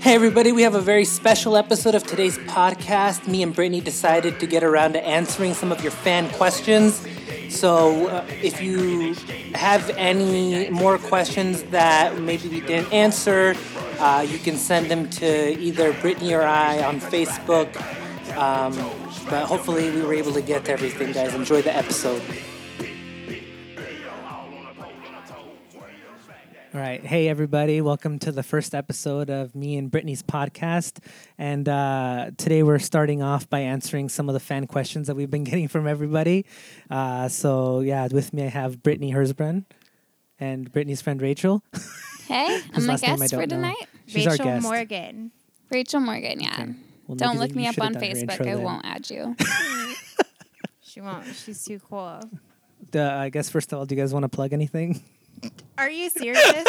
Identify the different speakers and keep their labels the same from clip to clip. Speaker 1: Hey, everybody, we have a very special episode of today's podcast. Me and Brittany decided to get around to answering some of your fan questions. So, uh, if you have any more questions that maybe we didn't answer, uh, you can send them to either Brittany or I on Facebook. Um, but hopefully, we were able to get to everything, guys. Enjoy the episode. All right. Hey, everybody. Welcome to the first episode of me and Brittany's podcast. And uh, today we're starting off by answering some of the fan questions that we've been getting from everybody. Uh, so, yeah, with me I have Brittany Hersbrun and Brittany's friend Rachel.
Speaker 2: Hey, I'm the
Speaker 1: last name I
Speaker 2: guest
Speaker 1: don't
Speaker 2: for
Speaker 1: know.
Speaker 2: tonight.
Speaker 1: She's our
Speaker 3: Rachel
Speaker 1: guest.
Speaker 3: Morgan.
Speaker 2: Rachel Morgan, yeah.
Speaker 1: Well, maybe
Speaker 2: Don't look me
Speaker 1: you
Speaker 2: up
Speaker 1: should've
Speaker 2: on
Speaker 1: done your
Speaker 2: Facebook.
Speaker 1: intro
Speaker 2: I
Speaker 1: then.
Speaker 2: won't add you.
Speaker 3: She won't. She's too cool.
Speaker 1: Uh, I guess, first of all, do you guys want to plug anything?
Speaker 3: Are you serious?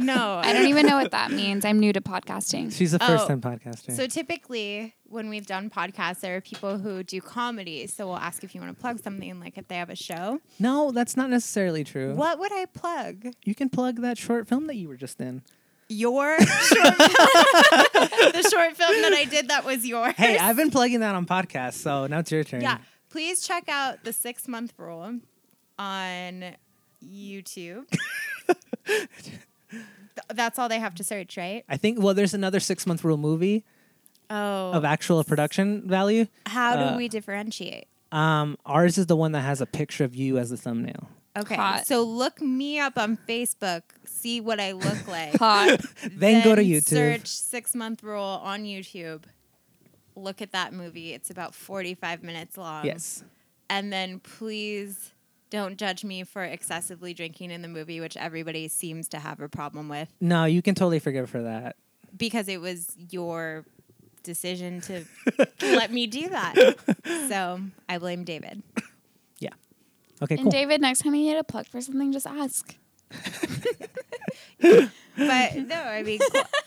Speaker 3: no.
Speaker 2: I don't even know what that means. I'm new to podcasting.
Speaker 1: She's a
Speaker 3: Oh,
Speaker 1: first time podcaster.
Speaker 3: So typically, when we've done podcasts, there are people who do comedy. So we'll ask if you want to plug something, like if they have a show.
Speaker 1: no, that's not necessarily true.
Speaker 3: What would I plug?
Speaker 1: You can plug that short film that you were just in.
Speaker 3: Your short the short film that I did that was yours.
Speaker 1: Hey, I've been plugging that on podcasts, so now it's your turn.
Speaker 3: yeah. Please check out the six month rule on YouTube. Th- That's all they have to search, right?
Speaker 1: I think, well, there's another six month rule movie
Speaker 3: Oh,
Speaker 1: of actual production value.
Speaker 3: how
Speaker 1: uh,
Speaker 3: do we differentiate?
Speaker 1: Um, ours is the one that has a picture of you as the thumbnail.
Speaker 3: Okay.
Speaker 2: Hot.
Speaker 3: So look me up on Facebook, see what I look like.
Speaker 2: Hot.
Speaker 1: Then, go to
Speaker 3: Then
Speaker 1: YouTube.
Speaker 3: Search Six Month Rule on YouTube. Look at that movie. It's about 45 minutes long.
Speaker 1: Yes.
Speaker 3: And then please don't judge me for excessively drinking in the movie, which everybody seems to have a problem with
Speaker 1: No, you can totally forgive for that.
Speaker 3: because it was your decision to let me do that. So I blame David.
Speaker 1: Yeah. Okay,
Speaker 2: And
Speaker 1: cool.
Speaker 2: David, next time you need a plug for something, just ask.
Speaker 3: but no, I mean,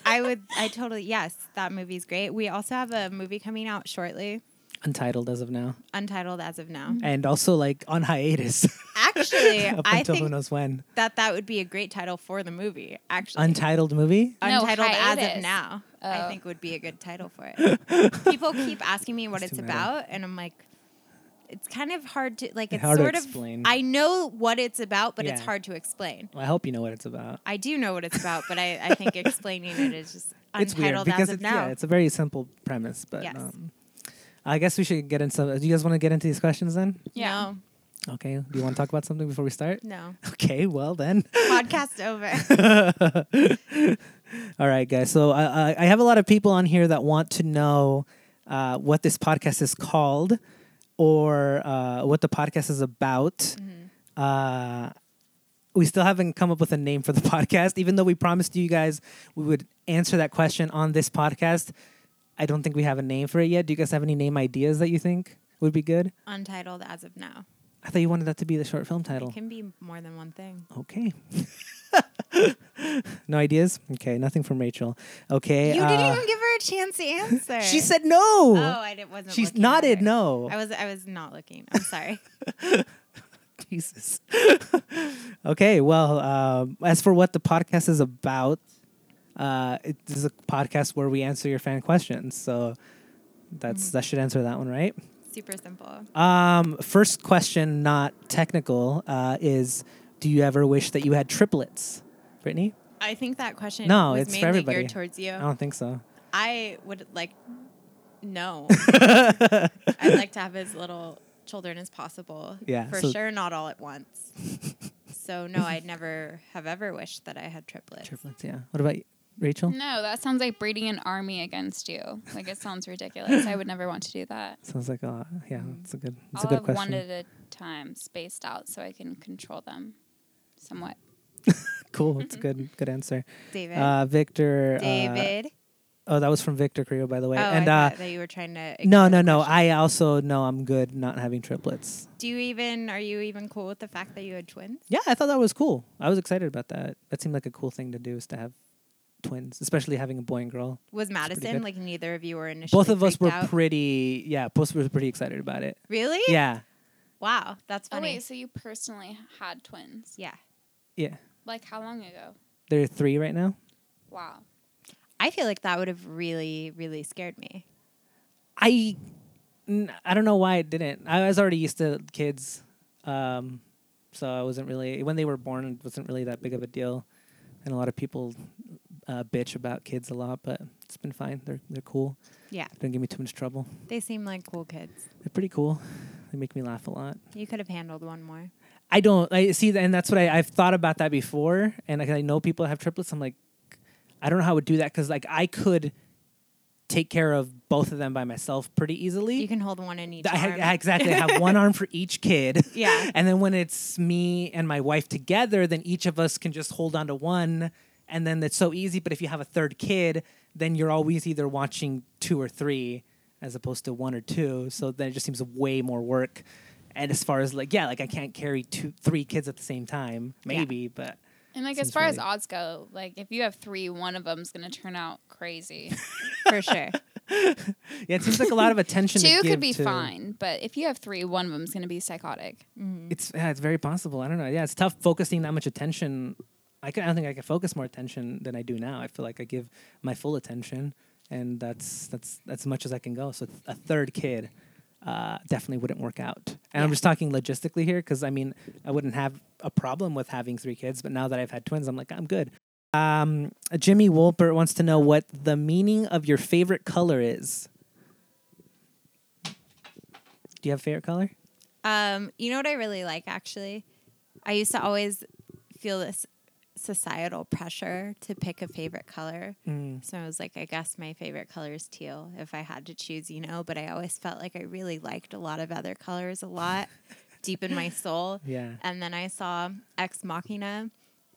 Speaker 3: I would, I totally, yes, that movie's great. We also have a movie coming out shortly,
Speaker 1: Untitled as of now.
Speaker 3: untitled as of now.
Speaker 1: And also like on hiatus
Speaker 3: Actually,
Speaker 1: up
Speaker 3: I
Speaker 1: until who
Speaker 3: think
Speaker 1: knows when.
Speaker 3: that that would be a great title for the movie. Actually,
Speaker 1: Untitled movie?
Speaker 2: No,
Speaker 3: untitled as
Speaker 2: hiatus.
Speaker 3: of now,
Speaker 2: Oh.
Speaker 3: I think would be a good title for it. People keep asking me what
Speaker 1: It's
Speaker 3: it's,
Speaker 1: too meta.
Speaker 3: about, and I'm like. It's kind of hard to like. It's
Speaker 1: Hard to
Speaker 3: sort of.
Speaker 1: explain.
Speaker 3: I know what it's about, but it's
Speaker 1: Yeah.
Speaker 3: hard to explain.
Speaker 1: Well, I hope you know what it's about.
Speaker 3: I do know what it's about, but I, I think explaining it is just
Speaker 1: It's weird
Speaker 3: untitled
Speaker 1: because
Speaker 3: as of
Speaker 1: it's
Speaker 3: now.
Speaker 1: yeah, it's a very simple premise, but
Speaker 3: Yes.
Speaker 1: um, I guess we should get into. Do you guys want to get into these questions then?
Speaker 2: Yeah.
Speaker 1: Okay. Do you want to talk about something before we start?
Speaker 3: No, no.
Speaker 1: Okay. Well then.
Speaker 3: Podcast over.
Speaker 1: All right, guys. So I, I, I have a lot of people on here that want to know uh, what this podcast is called or uh, what the podcast is about.
Speaker 3: Mm-hmm.
Speaker 1: Uh, we still haven't come up with a name for the podcast, even though we promised you guys we would answer that question on this podcast. I don't think we have a name for it yet. Do you guys have any name ideas that you think would be good?
Speaker 3: Untitled as of now.
Speaker 1: I thought you wanted that to be the short film
Speaker 3: It
Speaker 1: title.
Speaker 3: can be more than one thing.
Speaker 1: Okay. no ideas? Okay, nothing from Rachel. Okay.
Speaker 3: you
Speaker 1: uh,
Speaker 3: didn't even give her a chance to answer.
Speaker 1: She said no.
Speaker 3: "Oh, I didn't, wasn't."
Speaker 1: She's
Speaker 3: looking at
Speaker 1: nodded
Speaker 3: her.
Speaker 1: no.
Speaker 3: I was. I was not looking. I'm sorry.
Speaker 1: Jesus. okay, well, um, as for what the podcast is about, uh, it is a podcast where we answer your fan questions. So that's
Speaker 3: Mm.
Speaker 1: that should answer that one, right?
Speaker 3: Super simple.
Speaker 1: Um, first question, not technical, uh, is do you ever wish that you had triplets, Brittany?
Speaker 3: I think that question.
Speaker 1: No,
Speaker 3: was
Speaker 1: it's for
Speaker 3: mainly
Speaker 1: everybody.
Speaker 3: Geared towards you.
Speaker 1: I don't think so.
Speaker 3: I would like. No. I'd like to have as little children as possible.
Speaker 1: Yeah,
Speaker 3: For
Speaker 1: so-
Speaker 3: sure, not all at once. so no, I'd never have ever wished that I had triplets.
Speaker 1: Triplets, yeah. What about you, Rachel?
Speaker 2: No, that sounds like breeding an army against you. Like, it sounds ridiculous. I would never want to do that.
Speaker 1: Sounds like a lot. Yeah, it's a good, it's a
Speaker 2: I'll
Speaker 1: good
Speaker 2: have
Speaker 1: question.
Speaker 2: one at a time spaced out so I can control them somewhat.
Speaker 1: Cool, it's a good, good answer.
Speaker 3: David.
Speaker 1: Uh, Victor. uh,
Speaker 3: David.
Speaker 1: Oh, that was from Victor Creo, by the way.
Speaker 3: oh,
Speaker 1: and
Speaker 3: I
Speaker 1: uh,
Speaker 3: thought that you were trying to.
Speaker 1: no,
Speaker 3: ignore
Speaker 1: no,
Speaker 3: the
Speaker 1: no.
Speaker 3: question.
Speaker 1: I also know I'm good not having triplets.
Speaker 3: Do you even are you even cool with the fact that you had twins?
Speaker 1: Yeah, I thought that was cool. I was excited about that. That seemed like a cool thing to do is to have twins, especially having a boy and girl.
Speaker 3: Was Madison
Speaker 1: good.
Speaker 3: like neither of you were initially?
Speaker 1: Both of us
Speaker 3: freaked
Speaker 1: were
Speaker 3: out?
Speaker 1: pretty. Yeah, both were pretty excited about it.
Speaker 3: really.
Speaker 1: Yeah,
Speaker 3: Wow, that's
Speaker 2: Oh,
Speaker 3: funny.
Speaker 2: wait, so you personally had twins?
Speaker 3: Yeah,
Speaker 1: yeah.
Speaker 2: Like, how long ago?
Speaker 1: There are three right now.
Speaker 2: Wow.
Speaker 3: I feel like that would have really, really scared me.
Speaker 1: I n- I don't know why it didn't. I was already used to kids, um, so I wasn't really when they were born. It wasn't really that big of a deal, and a lot of people uh, bitch about kids a lot, but it's been fine. They're they're cool.
Speaker 3: Yeah,
Speaker 1: They don't give me too much trouble.
Speaker 3: they seem like cool kids.
Speaker 1: They're pretty cool. They make me laugh a lot.
Speaker 3: You could have handled one more.
Speaker 1: I don't. I see, and that's what I, I've thought about that before. And like, I know people that have triplets. I'm like, I don't know how I would do that because like I could take care of both of them by myself pretty easily.
Speaker 3: You can hold one in each
Speaker 1: I, ha-
Speaker 3: arm.
Speaker 1: I exactly. I have one arm for each kid.
Speaker 3: Yeah.
Speaker 1: And then when it's me and my wife together, then each of us can just hold on to one. And then it's so easy. But if you have a third kid, then you're always either watching two or three as opposed to one or two. So then it just seems way more work. And as far as like, yeah, like I can't carry two, three kids at the same time,
Speaker 3: Yeah.
Speaker 1: maybe, but
Speaker 2: And like
Speaker 1: Seems
Speaker 2: as far as
Speaker 1: really-
Speaker 2: odds go, like if you have three, one of them's gonna turn out crazy.
Speaker 3: for sure.
Speaker 1: yeah, it seems like a lot of attention. to
Speaker 2: Two
Speaker 1: give
Speaker 2: could be
Speaker 1: to-
Speaker 2: fine, but if you have three, one of them's gonna be psychotic.
Speaker 1: It's yeah, it's very possible. I don't know. Yeah, it's tough focusing that much attention. I, can, I don't think I can focus more attention than I do now. I feel like I give my full attention, and that's that's that's as much as I can go. So th- a third kid uh, definitely wouldn't work out. And I'm
Speaker 3: Yeah.
Speaker 1: just talking logistically here because I mean I wouldn't have a problem with having three kids, but now that I've had twins, I'm like I'm good. Um, Jimmy Wolpert wants to know what the meaning of your favorite color is. Do you have a favorite color?
Speaker 3: Um, you know what I really like actually? I used to always feel this societal pressure to pick a favorite color. So I was like, I guess my favorite color is teal if I had to choose, you know, but I always felt like I really liked a lot of other colors a lot deep in my soul.
Speaker 1: Yeah.
Speaker 3: And then I saw Ex Machina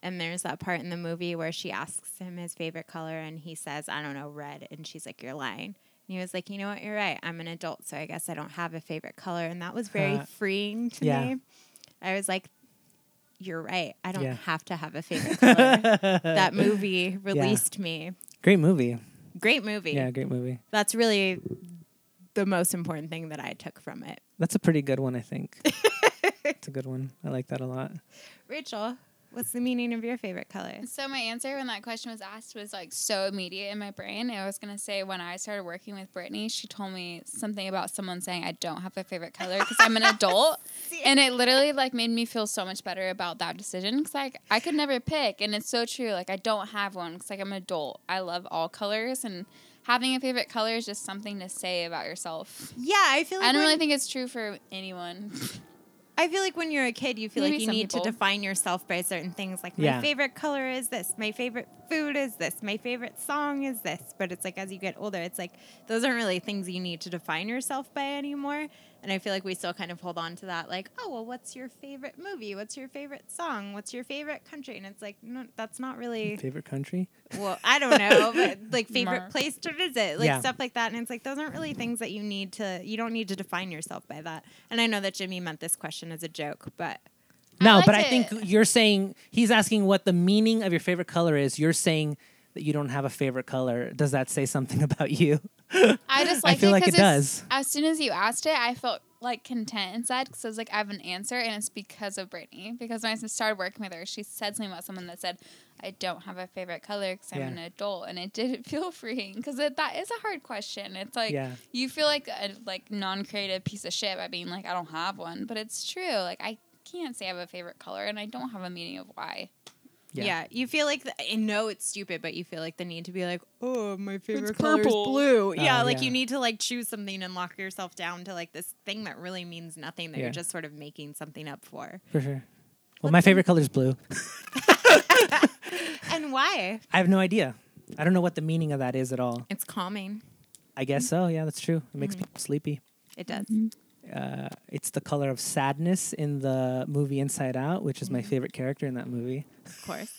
Speaker 3: and there's that part in the movie where she asks him his favorite color and he says, I don't know, red. And she's like, You're lying. And he was like, You know what? You're right. I'm an adult, so I guess I don't have a favorite color. And that was very
Speaker 1: Huh.
Speaker 3: freeing to
Speaker 1: Yeah.
Speaker 3: me. I was like, You're right. I don't
Speaker 1: Yeah.
Speaker 3: have to have a favorite color. that movie released me.
Speaker 1: Great movie.
Speaker 3: Great movie.
Speaker 1: Yeah, great movie.
Speaker 3: That's really the most important thing that I took from it.
Speaker 1: That's a pretty good one, I think. it's a good one. I like that a lot.
Speaker 3: Rachel, what's the meaning of your favorite color?
Speaker 2: So my answer when that question was asked was like so immediate in my brain. I was gonna say when I started working with Brittany, she told me something about someone saying I don't have a favorite color because I'm an adult, and it literally like made me feel so much better about that decision because like I could never pick, and it's so true. Like I don't have one because like I'm an adult. I love all colors, and having a favorite color is just something to say about yourself.
Speaker 3: Yeah, I feel like
Speaker 2: I don't
Speaker 3: when,
Speaker 2: really think it's true for anyone.
Speaker 3: I feel like when you're a kid, you feel
Speaker 2: Maybe
Speaker 3: like you
Speaker 2: some
Speaker 3: need to
Speaker 2: people.
Speaker 3: define yourself by certain things. Like
Speaker 1: Yeah.
Speaker 3: my favorite color is this, my favorite food is this, my favorite song is this. But it's like as you get older, it's like those aren't really things you need to define yourself by anymore. And I feel like we still kind of hold on to that, like, oh well, what's your favorite movie? What's your favorite song? What's your favorite country? And it's like, no, that's not really
Speaker 1: Favorite country?
Speaker 3: well, I don't know, but like favorite
Speaker 2: Mar-
Speaker 3: place to visit, like
Speaker 1: Yeah.
Speaker 3: stuff like that. And it's like those aren't really things that you need to. You don't need to define yourself by that. And I know that Jimmy meant this question as a joke, but
Speaker 1: No, but
Speaker 2: like
Speaker 1: I think
Speaker 2: it.
Speaker 1: you're saying he's asking what the meaning of your favorite color is. You're saying that you don't have a favorite color. Does that say something about you?
Speaker 2: I just
Speaker 1: I
Speaker 2: liked
Speaker 1: feel
Speaker 2: it
Speaker 1: like it
Speaker 2: because
Speaker 1: does.
Speaker 2: as soon as you asked it, I felt like content inside because I was like, I have an answer, and it's because of Brittany. Because when I started working with her, she said something about someone that said, "I don't have a favorite color because I'm
Speaker 1: Yeah.
Speaker 2: an adult," and it did feel freeing because that is a hard question. It's like
Speaker 1: Yeah.
Speaker 2: you feel like a like non-creative piece of shit by being like, "I don't have one," but it's true. Like I can't say I have a favorite color, and I don't have a meaning of why.
Speaker 1: Yeah.
Speaker 3: yeah, you feel like the, I know it's stupid, but you feel like the need to be like, oh, my favorite
Speaker 2: It's
Speaker 3: color is
Speaker 2: purple.
Speaker 3: blue. yeah,
Speaker 1: Oh,
Speaker 3: like
Speaker 1: yeah.
Speaker 3: you need to like choose something and lock yourself down to like this thing that really means nothing that
Speaker 1: Yeah.
Speaker 3: you're just sort of making something up for.
Speaker 1: For sure. Well, my favorite color is blue.
Speaker 3: And why?
Speaker 1: I have no idea. I don't know what the meaning of that is at all.
Speaker 3: It's calming.
Speaker 1: I guess
Speaker 2: Mm-hmm.
Speaker 1: so. Yeah, that's true. It makes people sleepy.
Speaker 3: It does.
Speaker 1: Uh, it's the color of sadness in the movie Inside Out, which is my
Speaker 2: Mm-hmm.
Speaker 1: favorite character in that movie.
Speaker 3: Of course.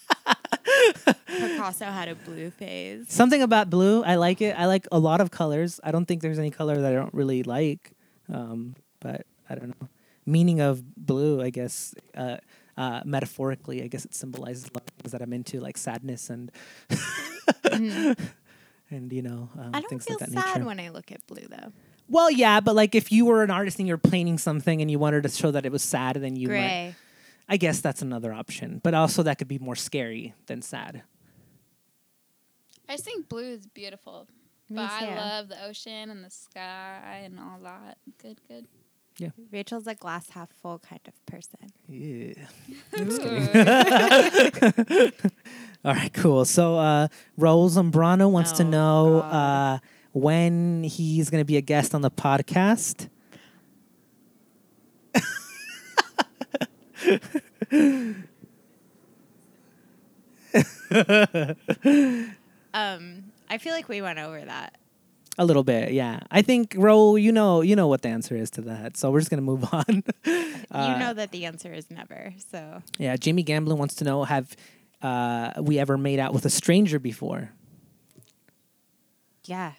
Speaker 3: Picasso had a blue phase.
Speaker 1: Something about blue, I like it. I like a lot of colors. I don't think there's any color that I don't really like, um, but I don't know. Meaning of blue, I guess, uh, uh, metaphorically, I guess it symbolizes a lot of things that I'm into, like sadness and and you know um,
Speaker 3: Mm-hmm. I don't
Speaker 1: things
Speaker 3: feel
Speaker 1: like that
Speaker 3: sad
Speaker 1: nature.
Speaker 3: when I look at blue though.
Speaker 1: well, yeah, but like if you were an artist and you're painting something and you wanted to show that it was sad, then you might
Speaker 3: Gray.
Speaker 1: I guess that's another option, but also that could be more scary than sad.
Speaker 2: I just think blue is beautiful.
Speaker 3: Me
Speaker 2: but
Speaker 3: too.
Speaker 2: I love the ocean and the sky and all that. Good, good.
Speaker 3: Rachel's a glass half full kind of person.
Speaker 1: Yeah.
Speaker 2: Ooh.
Speaker 1: All right, cool. So uh, Raul Zambrano wants to
Speaker 3: Oh,
Speaker 1: know uh,
Speaker 3: God.
Speaker 1: when he's going to be a guest on the podcast.
Speaker 3: Um, I feel like we went over that.
Speaker 1: A little bit, yeah. I think Raul, you know, you know what the answer is to that. So we're just gonna move on. Uh,
Speaker 3: you know that the answer is never. So
Speaker 1: Yeah, Jamie Gamblin wants to know: Have uh, we ever made out with a stranger before?
Speaker 3: yeah.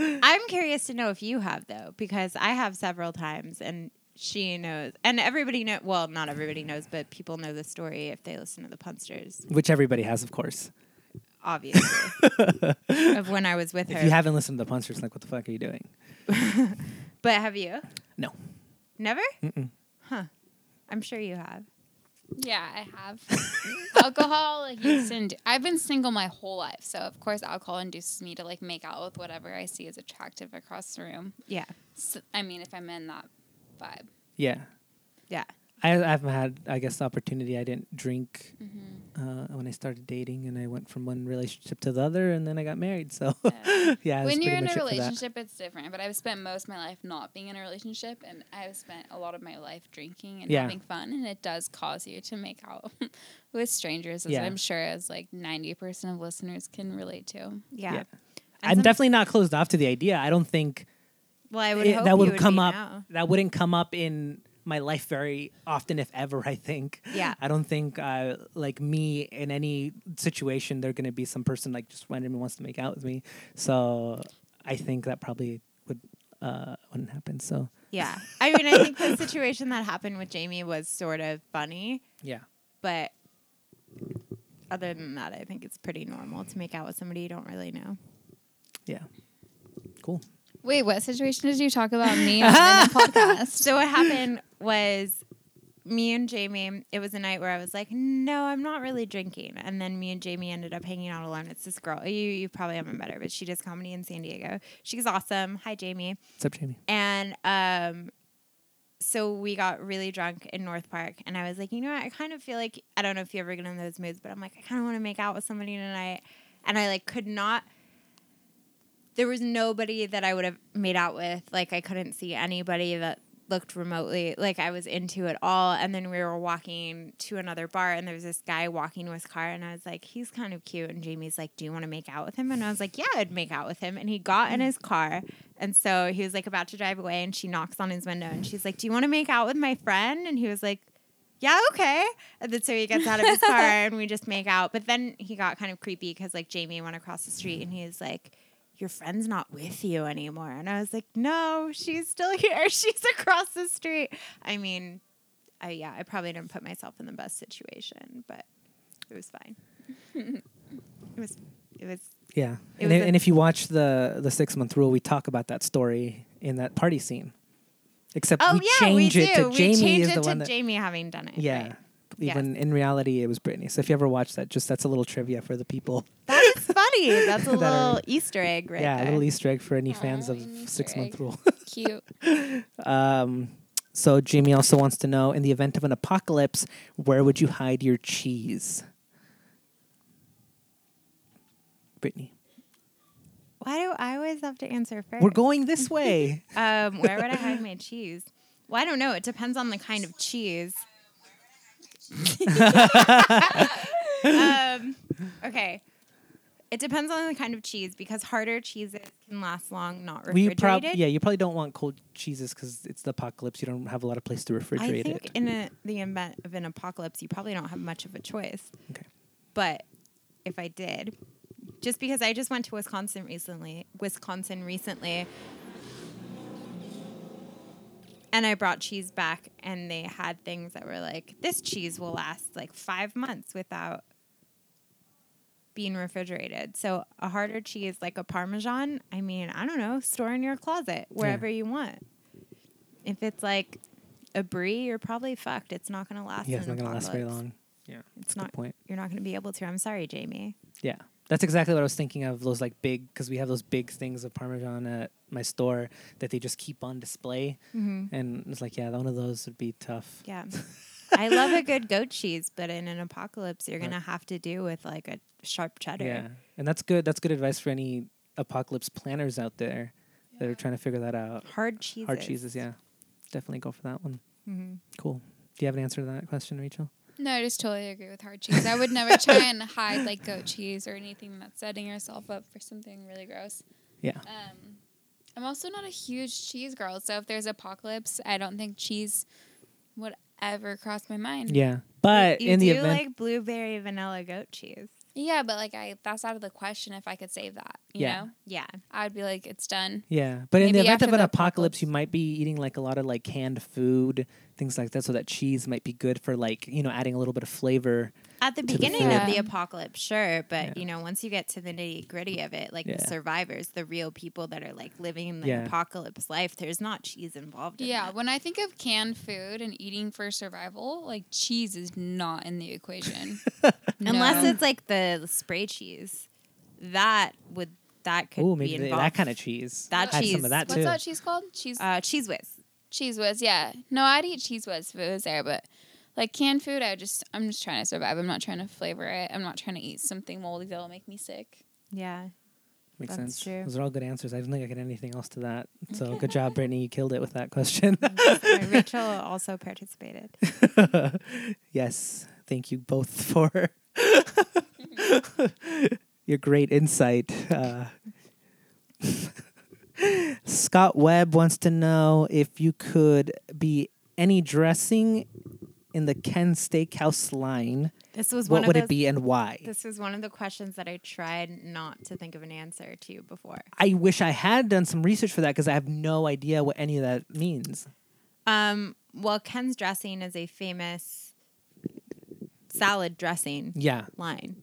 Speaker 3: I'm curious to know if you have though, because I have several times, and she knows, and everybody know. Well, not everybody knows, but people know the story if they listen to the punsters,
Speaker 1: Which everybody has, of course.
Speaker 3: obviously. of when I was with her.
Speaker 1: If you haven't listened to the punsters, like, what the fuck are you doing?
Speaker 3: but have you?
Speaker 1: No.
Speaker 3: Never? Huh. I'm sure you have.
Speaker 2: yeah, I have. alcohol use and I've been single my whole life, so of course alcohol induces me to like make out with whatever I see as attractive across the room.
Speaker 3: Yeah.
Speaker 2: S I I mean, if I'm in that vibe.
Speaker 1: Yeah,
Speaker 3: Yeah.
Speaker 1: I, I haven't had, I guess, the opportunity. I didn't drink
Speaker 3: Mm-hmm.
Speaker 1: uh, when I started dating, and I went from one relationship to the other, and then I got married. So,
Speaker 2: Yeah.
Speaker 1: yeah, that's
Speaker 2: when you're
Speaker 1: pretty much
Speaker 2: in a
Speaker 1: it for that.
Speaker 2: relationship, it's different. But I've spent most of my life not being in a relationship, and I've spent a lot of my life drinking and
Speaker 1: Yeah.
Speaker 2: having fun, and it does cause you to make out with strangers, as
Speaker 1: Yeah.
Speaker 2: I'm sure as like ninety percent of listeners can relate to.
Speaker 3: Yeah.
Speaker 1: Yeah.
Speaker 3: And
Speaker 1: I'm
Speaker 3: some-
Speaker 1: definitely not closed off to the idea. I don't think
Speaker 3: Well, I would
Speaker 1: it-
Speaker 3: hope
Speaker 1: that
Speaker 3: you
Speaker 1: would
Speaker 3: would
Speaker 1: come
Speaker 3: be
Speaker 1: up.
Speaker 3: now.
Speaker 1: That wouldn't come up in my life very often, if ever. I think.
Speaker 3: Yeah.
Speaker 1: I don't think uh, like me in any situation there gonna be some person like just randomly wants to make out with me. So I think that probably would uh, wouldn't happen. So
Speaker 3: Yeah. I mean, I think the situation that happened with Jamie was sort of funny,
Speaker 1: yeah,
Speaker 3: but other than that, I think it's pretty normal to make out with somebody you don't really know.
Speaker 1: yeah, cool.
Speaker 2: Wait, what situation did you talk about me in the podcast?
Speaker 3: So what happened was me and Jamie, it was a night where I was like, "No, I'm not really drinking." And then me and Jamie ended up hanging out alone. It's this girl. You you probably haven't met her, but she does comedy in San Diego. She's awesome. Hi Jamie.
Speaker 1: What's up, Jamie?
Speaker 3: And um so we got really drunk in North Park and I was like, "You know what? I kind of feel like I don't know if you ever get in those moods, but I'm like, I kind of want to make out with somebody tonight." And I like could not there was nobody that I would have made out with. Like I couldn't see anybody that looked remotely like I was into at all. And then we were walking to another bar and there was this guy walking with his car and I was like, he's kind of cute. And Jamie's like, Do you want to make out with him? And I was like, Yeah, I'd make out with him. And he got in his car and so he was like about to drive away and she knocks on his window and she's like, Do you want to make out with my friend? And he was like yeah, okay. And then so he gets out of his car and we just make out. But then he got kind of creepy because like Jamie went across the street and he was like, Your friend's not with you anymore. And I was like, No, she's still here. She's across the street. I mean, I yeah, I probably didn't put myself in the best situation, but it was fine. it was it was
Speaker 1: Yeah,
Speaker 3: It
Speaker 1: and,
Speaker 3: was
Speaker 1: i-
Speaker 3: a-
Speaker 1: and if you watch the the six month rule, we talk about that story in that party scene. Except
Speaker 3: Oh
Speaker 1: we
Speaker 3: yeah, we
Speaker 1: change
Speaker 3: do.
Speaker 1: it to
Speaker 3: we
Speaker 1: Jamie
Speaker 3: changed
Speaker 1: is
Speaker 3: it
Speaker 1: the
Speaker 3: to
Speaker 1: one that
Speaker 3: Jamie having done it.
Speaker 1: yeah.
Speaker 3: right. Yeah.
Speaker 1: Even in reality, it was Britney. So if you ever watch that, just that's a little trivia for the people.
Speaker 3: That is funny. That's
Speaker 1: That
Speaker 3: a
Speaker 1: I
Speaker 3: little
Speaker 1: remember.
Speaker 3: Easter egg right
Speaker 1: yeah,
Speaker 3: there.
Speaker 1: a little Easter egg for any
Speaker 2: Aw,
Speaker 1: fans of
Speaker 2: an Easter
Speaker 1: Six Month
Speaker 2: egg.
Speaker 1: Rule.
Speaker 2: Cute.
Speaker 1: um, so Jamie also wants to know: in the event of an apocalypse, where would you hide your cheese? Brittany,
Speaker 3: Why do I always have to answer first?
Speaker 1: we're going this way.
Speaker 3: Um, where would I hide my cheese? Well, I don't know. It depends on the kind of cheese. um, okay. It depends on the kind of cheese because harder cheeses can last long, not
Speaker 1: we
Speaker 3: refrigerated.
Speaker 1: probably yeah, you probably don't want cold cheeses because it's the apocalypse. You don't have a lot of place to
Speaker 3: I
Speaker 1: refrigerate
Speaker 3: think
Speaker 1: it.
Speaker 3: in a, the event of an apocalypse, you probably don't have much of a choice.
Speaker 1: Okay.
Speaker 3: But if I did, just because I just went to Wisconsin recently, Wisconsin recently, and I brought cheese back, and they had things that were like, this cheese will last like five months without being refrigerated. So a harder cheese like a Parmesan, I mean, I don't know, store in your closet wherever you want. If it's like a brie, you're probably fucked. It's not going to last.
Speaker 1: Yeah, it's
Speaker 3: in
Speaker 1: not gonna last very
Speaker 3: apocalypse.
Speaker 1: long. Yeah. that's a
Speaker 3: It's
Speaker 1: good
Speaker 3: not-
Speaker 1: point.
Speaker 3: You're not going to be able to. I'm sorry, Jamie.
Speaker 1: Yeah. That's exactly what I was thinking of those like big because we have those big things of parmesan at my store that they just keep on display,
Speaker 3: Mm-hmm.
Speaker 1: and it's like yeah, one of those would be tough.
Speaker 3: Yeah. I love a good goat cheese, but in an apocalypse, you're
Speaker 1: Right.
Speaker 3: going to have to do with like a sharp cheddar.
Speaker 1: Yeah, and that's good. That's good advice for any apocalypse planners out there that are trying to figure that out.
Speaker 3: Hard cheeses.
Speaker 1: Hard cheeses, yeah, definitely go for that one.
Speaker 3: hmm
Speaker 1: Cool. Do you have an answer to that question, Rachel?
Speaker 2: No, I just totally agree with hard cheese. I would never try and hide like goat cheese or anything that's setting yourself up for something really gross.
Speaker 1: Yeah.
Speaker 2: Um, I'm also not a huge cheese girl, so if there's apocalypse, I don't think cheese would ever cross my mind.
Speaker 1: Yeah, but
Speaker 3: You
Speaker 1: in the
Speaker 3: do
Speaker 1: event,
Speaker 3: like blueberry vanilla goat cheese.
Speaker 2: Yeah, but like I, that's out of the question. If I could save that, you
Speaker 1: Yeah.
Speaker 2: know,
Speaker 3: Yeah.
Speaker 2: I would be like, it's done.
Speaker 1: yeah, but in the
Speaker 2: maybe
Speaker 1: event
Speaker 2: after
Speaker 1: of an
Speaker 2: the
Speaker 1: apocalypse,
Speaker 2: apocalypse.
Speaker 1: you might be eating like a lot of like canned food, things like that. So that cheese might be good for like you know adding a little bit of flavor.
Speaker 3: At the
Speaker 1: the
Speaker 3: beginning of
Speaker 2: food.
Speaker 3: the apocalypse, sure, but
Speaker 1: Yeah.
Speaker 3: you know, once you get to the nitty gritty of it, like
Speaker 1: Yeah.
Speaker 3: the survivors, the real people that are like living the
Speaker 1: Yeah.
Speaker 3: apocalypse life, there's not cheese involved. In
Speaker 2: Yeah,
Speaker 3: that.
Speaker 2: when I think of canned food and eating for survival, like cheese is not in the equation. No.
Speaker 3: unless it's like the spray cheese, that would that could
Speaker 1: Oh,
Speaker 3: be
Speaker 1: maybe they-
Speaker 3: involved.
Speaker 1: that kind of cheese.
Speaker 3: That
Speaker 1: Add
Speaker 3: cheese.
Speaker 1: some of that
Speaker 2: what's
Speaker 1: too.
Speaker 2: that cheese called? Cheese
Speaker 3: uh, cheese whiz.
Speaker 2: cheese whiz. Yeah, no, I'd eat cheese whiz if it was there, but like canned food, I just I'm just trying to survive. I'm not trying to flavor it. I'm not trying to eat something moldy that'll make me sick.
Speaker 3: Yeah,
Speaker 1: Makes
Speaker 3: That's
Speaker 1: sense.
Speaker 3: true.
Speaker 1: Those are all good answers. I don't think I get anything else to that. So good job, Brittany. You killed it with that question.
Speaker 3: Rachel also participated.
Speaker 1: yes. Thank you both for your great insight. Uh, Scott Webb wants to know if you could be any dressing in the Ken Steakhouse line.
Speaker 3: This was
Speaker 1: What
Speaker 3: one of
Speaker 1: would
Speaker 3: those,
Speaker 1: it be and why?
Speaker 3: This was one of the questions that I tried not to think of an answer to before.
Speaker 1: I wish I had done some research for that because I have no idea what any of that means.
Speaker 3: Um, well, Ken's dressing is a famous salad dressing
Speaker 1: Yeah.
Speaker 3: line.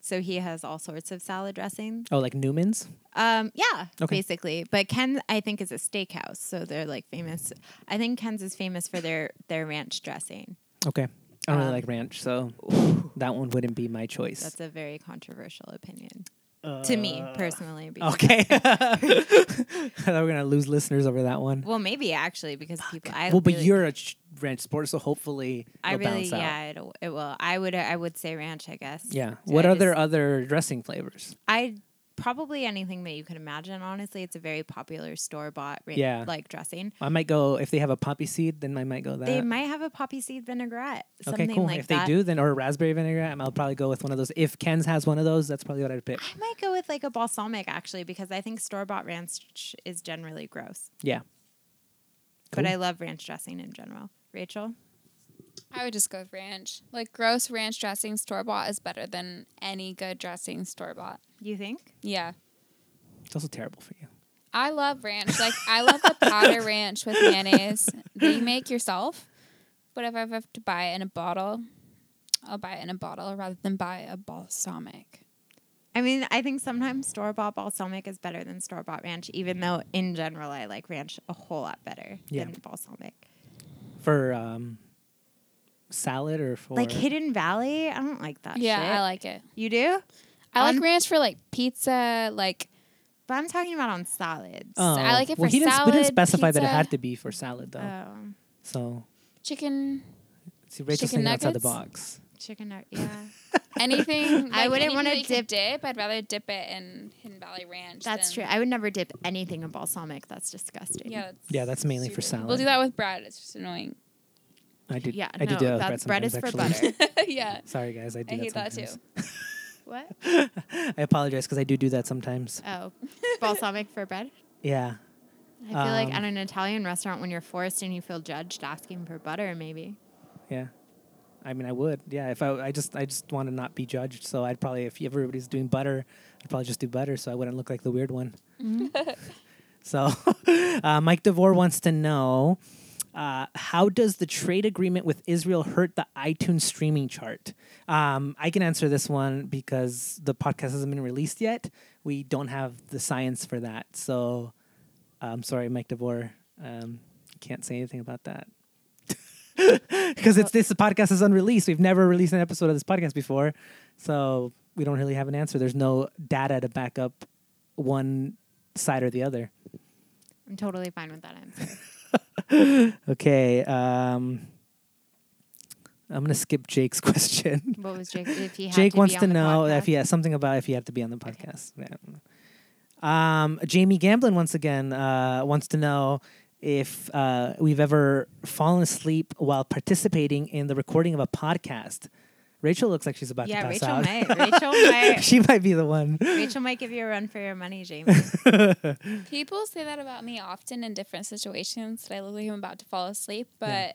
Speaker 3: So he has all sorts of salad dressing.
Speaker 1: Oh, like Newman's?
Speaker 3: Um, yeah,
Speaker 1: Okay.
Speaker 3: basically. But Ken, I think, is a steakhouse, so they're like famous. I think Ken's is famous for their their ranch dressing.
Speaker 1: Okay. I don't really
Speaker 3: Um,
Speaker 1: like ranch, so that one wouldn't be my choice.
Speaker 3: That's a very controversial opinion to me personally. Because,
Speaker 1: Uh, okay. I thought we were gonna lose listeners over that one.
Speaker 3: Well, maybe actually because people. I
Speaker 1: well, but
Speaker 3: really-
Speaker 1: you're a ch- ranch sport, so hopefully
Speaker 3: I
Speaker 1: it'll
Speaker 3: really,
Speaker 1: bounce out.
Speaker 3: yeah, it'll, it will. I would, I would say ranch, I guess.
Speaker 1: Yeah.
Speaker 3: So
Speaker 1: What
Speaker 3: I
Speaker 1: other
Speaker 3: just-
Speaker 1: other dressing flavors?
Speaker 3: I probably anything that you can imagine. Honestly, it's a very popular store bought,
Speaker 1: Yeah.
Speaker 3: like dressing.
Speaker 1: I might go if they have a poppy seed, then I might go that.
Speaker 3: They might have a poppy seed vinaigrette, something
Speaker 1: okay, cool.
Speaker 3: like
Speaker 1: if
Speaker 3: that.
Speaker 1: they do, then or a raspberry vinaigrette, I'll probably go with one of those. If Ken's has one of those, that's probably what I'd pick.
Speaker 3: I might go with like a balsamic actually because I think store bought ranch is generally gross,
Speaker 1: Yeah.
Speaker 3: but
Speaker 1: Cool.
Speaker 3: I love ranch dressing in general. Rachel,
Speaker 2: I would just go with ranch. Like gross ranch dressing store bought is better than any good dressing store bought.
Speaker 3: you think?
Speaker 2: Yeah.
Speaker 1: It's also terrible for you.
Speaker 2: I love ranch. Like I love the powder ranch with mayonnaise that you make yourself. But if I have to buy it in a bottle, I'll buy it in a bottle rather than buy a balsamic.
Speaker 3: I mean, I think sometimes store bought balsamic is better than store bought ranch, even though in general I like ranch a whole lot better
Speaker 1: Yeah.
Speaker 3: than balsamic.
Speaker 1: For um, salad or for
Speaker 3: Like Hidden Valley, I don't like that.
Speaker 2: yeah,
Speaker 3: shit.
Speaker 2: I like it.
Speaker 3: You do?
Speaker 2: Ah, I like
Speaker 3: On-
Speaker 2: ranch for like pizza, like
Speaker 3: But I'm talking about on salads.
Speaker 1: Oh,
Speaker 2: I like it
Speaker 1: well,
Speaker 2: for
Speaker 1: he Didn't, we didn't
Speaker 2: salad,
Speaker 1: specify that it
Speaker 2: pizza.
Speaker 1: had to be for salad though.
Speaker 3: Um,
Speaker 1: so
Speaker 2: chicken,
Speaker 1: see, Rachel's
Speaker 2: chicken
Speaker 1: thinking outside the
Speaker 2: nuggets?
Speaker 1: box.
Speaker 3: chicken nug- Yeah,
Speaker 2: anything.
Speaker 3: I
Speaker 2: like,
Speaker 3: wouldn't
Speaker 2: anything
Speaker 3: wanna
Speaker 2: that you could
Speaker 3: dip-
Speaker 2: dip. I'd rather dip it in Hidden Valley Ranch.
Speaker 3: that's true.
Speaker 2: than-
Speaker 3: I would never dip anything in balsamic. That's disgusting.
Speaker 2: Yeah, that's
Speaker 1: Yeah, that's mainly for
Speaker 2: stupid.
Speaker 1: salad.
Speaker 2: We'll do that with bread. It's just annoying.
Speaker 1: I did.
Speaker 3: Yeah,
Speaker 1: I did
Speaker 3: no,
Speaker 1: do that with
Speaker 3: that
Speaker 1: bread.
Speaker 3: bread is
Speaker 1: sometimes,
Speaker 3: for
Speaker 1: actually.
Speaker 3: butter.
Speaker 2: yeah,
Speaker 1: Sorry, guys. I do
Speaker 2: I
Speaker 1: that
Speaker 2: hate that too.
Speaker 1: sometimes.
Speaker 3: what?
Speaker 1: I apologize because I do do that sometimes.
Speaker 3: Oh, balsamic for bread.
Speaker 1: Yeah.
Speaker 3: I feel like
Speaker 1: Um,
Speaker 3: at an Italian restaurant when you're forced and you feel judged asking for butter, maybe.
Speaker 1: Yeah. I mean, I would. Yeah. If I, I just, I just want to not be judged. So I'd probably, if everybody's doing butter, I'd probably just do butter, so I wouldn't look like the weird one. so, uh, Mike DeVore wants to know. Uh, how does the trade agreement with Israel hurt the iTunes streaming chart? Um, I can answer this one because the podcast hasn't been released yet. We don't have the science for that. Um, So I'm sorry, Mike DeVore. Um, can't say anything about that. because it's this podcast is unreleased. We've never released an episode of this podcast before, so we don't really have an answer. There's no data to back up one side or the other.
Speaker 3: I'm totally fine with that answer.
Speaker 1: Okay, um, I'm gonna skip Jake's question.
Speaker 3: What was Jake? If he had
Speaker 1: Jake
Speaker 3: to
Speaker 1: wants
Speaker 3: be
Speaker 1: to
Speaker 3: on the
Speaker 1: know
Speaker 3: podcast?
Speaker 1: if he has something about if he had to be on the podcast. Yeah. Um, Jamie Gamblin once again uh, wants to know if uh, we've ever fallen asleep while participating in the recording of a podcast. Rachel looks like she's about to
Speaker 3: Yeah,
Speaker 1: pass
Speaker 3: Rachel
Speaker 1: out.
Speaker 3: might. Rachel might.
Speaker 1: she might be the one.
Speaker 3: Rachel might give you a run for your money, Jamie.
Speaker 2: People say that about me often in different situations that I look like I'm about to fall asleep, but
Speaker 1: Yeah.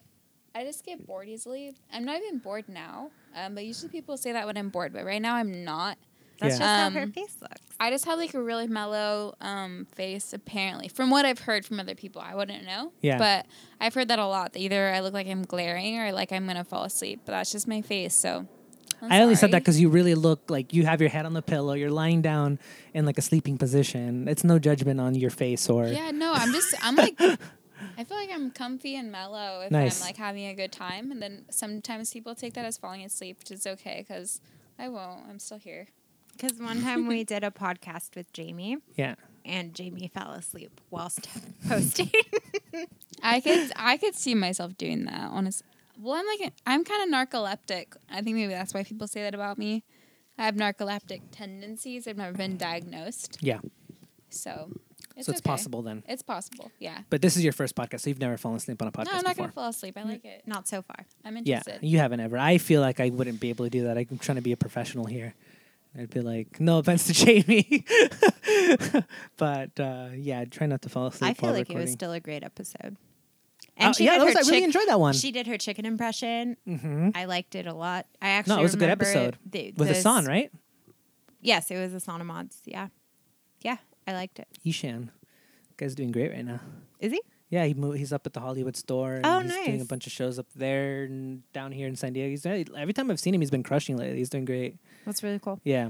Speaker 2: I just get bored easily. I'm not even bored now, um, but usually people say that when I'm bored, but right now I'm not.
Speaker 3: That's
Speaker 1: Yeah.
Speaker 3: just how
Speaker 2: Um,
Speaker 3: her face looks.
Speaker 2: I just have like a really mellow um, face, apparently, from what I've heard from other people. I wouldn't know.
Speaker 1: Yeah.
Speaker 2: But I've heard that a lot. That either I look like I'm glaring or like I'm going to fall asleep, but that's just my face. So I'm
Speaker 1: I only said that
Speaker 2: sorry.
Speaker 1: because you really look like you have your head on the pillow. You're lying down in like a sleeping position. It's no judgment on your face or
Speaker 2: Yeah, no, I'm just, I'm like, I feel like I'm comfy and mellow if
Speaker 1: Nice.
Speaker 2: I'm like having a good time. And then sometimes people take that as falling asleep, which is okay because I won't. I'm still here.
Speaker 3: Because one time we did a podcast with Jamie,
Speaker 1: yeah.
Speaker 3: and Jamie fell asleep whilst hosting.
Speaker 2: I could, I could see myself doing that, honestly. Well, I'm like, I'm kind of narcoleptic. I think maybe that's why people say that about me. I have narcoleptic tendencies. I've never been diagnosed.
Speaker 1: Yeah.
Speaker 2: So it's,
Speaker 1: so it's
Speaker 2: okay.
Speaker 1: possible then.
Speaker 2: It's possible. Yeah.
Speaker 1: But this is your first podcast, so you've never fallen asleep on a podcast
Speaker 2: no, I'm not
Speaker 1: before. Mm.
Speaker 2: going to fall asleep. I like it.
Speaker 3: Not so far.
Speaker 2: I'm
Speaker 1: yeah,
Speaker 2: interested.
Speaker 1: you haven't ever. I feel like I wouldn't be able to do that. I'm trying to be a professional here. I'd be like, no offense to Jamie, but uh, yeah, try not to fall asleep.
Speaker 3: I feel
Speaker 1: while
Speaker 3: like it
Speaker 1: recording.
Speaker 3: was still a great episode.
Speaker 1: Oh, yeah,
Speaker 3: did
Speaker 1: that was,
Speaker 3: her
Speaker 1: I really
Speaker 3: chick-
Speaker 1: enjoyed that one.
Speaker 3: She did her chicken impression.
Speaker 1: hmm
Speaker 3: I liked it a lot. I actually
Speaker 1: was a good
Speaker 3: remember
Speaker 1: episode.
Speaker 3: The,
Speaker 1: With
Speaker 3: the
Speaker 1: Hassan,
Speaker 3: s-
Speaker 1: right?
Speaker 3: Yes, it was Asana Mods. Yeah, yeah, I liked it.
Speaker 1: Ishan, guy's doing great right now.
Speaker 3: Is he?
Speaker 1: Yeah, he moved, he's up at the Hollywood store. And
Speaker 3: Oh,
Speaker 1: he's doing a
Speaker 3: nice.
Speaker 1: bunch of shows up there and down here in San Diego. He's, every time I've seen him, he's been crushing lately. He's doing great.
Speaker 3: That's really cool.
Speaker 1: Yeah.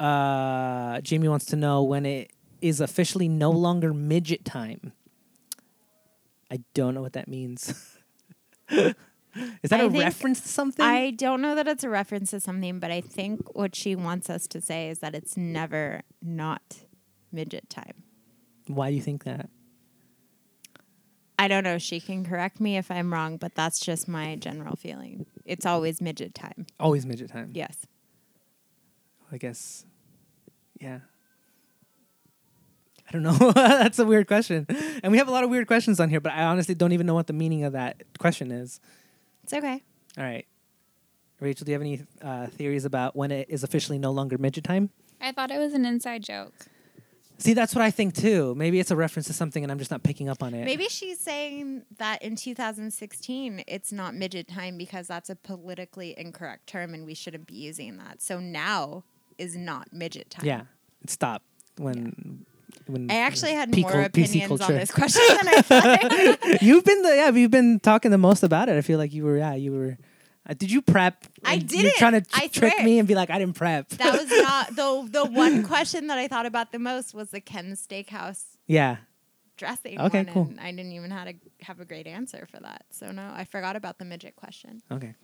Speaker 1: Uh, Jamie wants to know when it is officially no longer midget time. I don't know what that means. is that
Speaker 3: I
Speaker 1: a
Speaker 3: think
Speaker 1: reference to something?
Speaker 3: I don't know that it's a reference to something, but I think what she wants us to say is that it's never not midget time.
Speaker 1: Why do you think that?
Speaker 3: I don't know. She can correct me if I'm wrong, but that's just my general feeling. It's always midget time.
Speaker 1: Always midget time.
Speaker 3: Yes.
Speaker 1: I guess. Yeah. I don't know. That's a weird question. And we have a lot of weird questions on here, but I honestly don't even know what the meaning of that question is.
Speaker 3: It's okay.
Speaker 1: All right. Rachel, do you have any uh, theories about when it is officially no longer midget time?
Speaker 2: I thought it was an inside joke.
Speaker 1: See, that's what I think too. Maybe it's a reference to something and I'm just not picking up on it.
Speaker 3: Maybe she's saying that in 2016, it's not midget time because that's a politically incorrect term and we shouldn't be using that. So now is not midget time.
Speaker 1: Yeah. Stop. When. When
Speaker 3: I actually had
Speaker 1: peak
Speaker 3: more
Speaker 1: cul- PC
Speaker 3: opinions on
Speaker 1: culture.
Speaker 3: this question than I thought.
Speaker 1: you've been the yeah, you've been talking the most about it. I feel like you were yeah, you were. Uh, did you prep?
Speaker 3: I
Speaker 1: And You're
Speaker 3: didn't.
Speaker 1: trying to
Speaker 3: I
Speaker 1: trick
Speaker 3: swear.
Speaker 1: me and be like I didn't prep.
Speaker 3: that was not the the one question that I thought about the most was the Ken Steakhouse
Speaker 1: yeah.
Speaker 3: dressing.
Speaker 1: Okay,
Speaker 3: one,
Speaker 1: cool.
Speaker 3: And I didn't even had a, have a great answer for that. So no, I forgot about the midget question.
Speaker 1: Okay.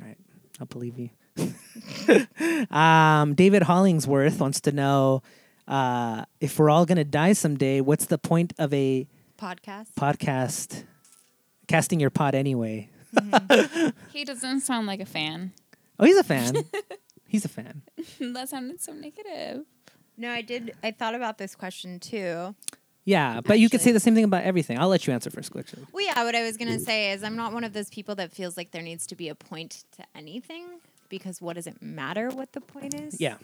Speaker 1: All right. I'll believe you. um, David Hollingsworth wants to know uh, if we're all gonna die someday. What's the point of a
Speaker 3: Podcast.
Speaker 1: podcast? Casting your pod anyway.
Speaker 2: He doesn't sound like a fan.
Speaker 1: Oh, he's a fan. he's a fan.
Speaker 2: that sounded so negative.
Speaker 3: No, I did. I thought about this question too.
Speaker 1: Yeah, but you could say
Speaker 3: Actually-
Speaker 1: the same thing about everything. I'll let you answer first, actually.
Speaker 3: Well, yeah, what I was going to say is I'm not one of those people that feels like there needs to be a point to anything because what does it matter what the point is?
Speaker 1: Yeah.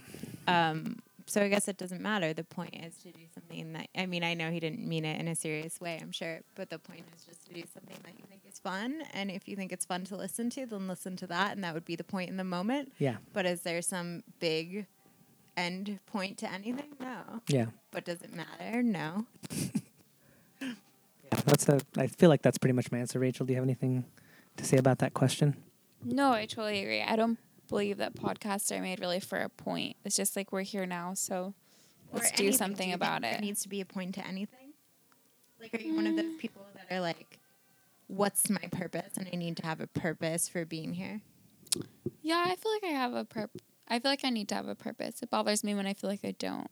Speaker 3: Um, so I guess it doesn't matter. The point is to do something that, I mean, I know he didn't mean it in a serious way, I'm sure, but the point is just to do something that you think is fun. And if you think it's fun to listen to, then listen to that. And that would be the point in the moment.
Speaker 1: Yeah.
Speaker 3: But is there some big end point to anything? No.
Speaker 1: Yeah.
Speaker 3: But does it matter? No.
Speaker 1: Yeah, that's a. I feel like that's pretty much my answer. Rachel, do you have anything to say about that question?
Speaker 2: No, I totally agree. I don't believe that podcasts are made really for a point. It's just like we're here now, so let's
Speaker 3: or
Speaker 2: do
Speaker 3: anything.
Speaker 2: something
Speaker 3: you think
Speaker 2: about
Speaker 3: there
Speaker 2: it. Mm.
Speaker 3: needs to be a point to anything. Like, are you one of those people that are like, what's my purpose and I need to have a purpose for being here.
Speaker 2: Yeah, I feel like I have a purp. I feel like I need to have a purpose. It bothers me when I feel like I don't.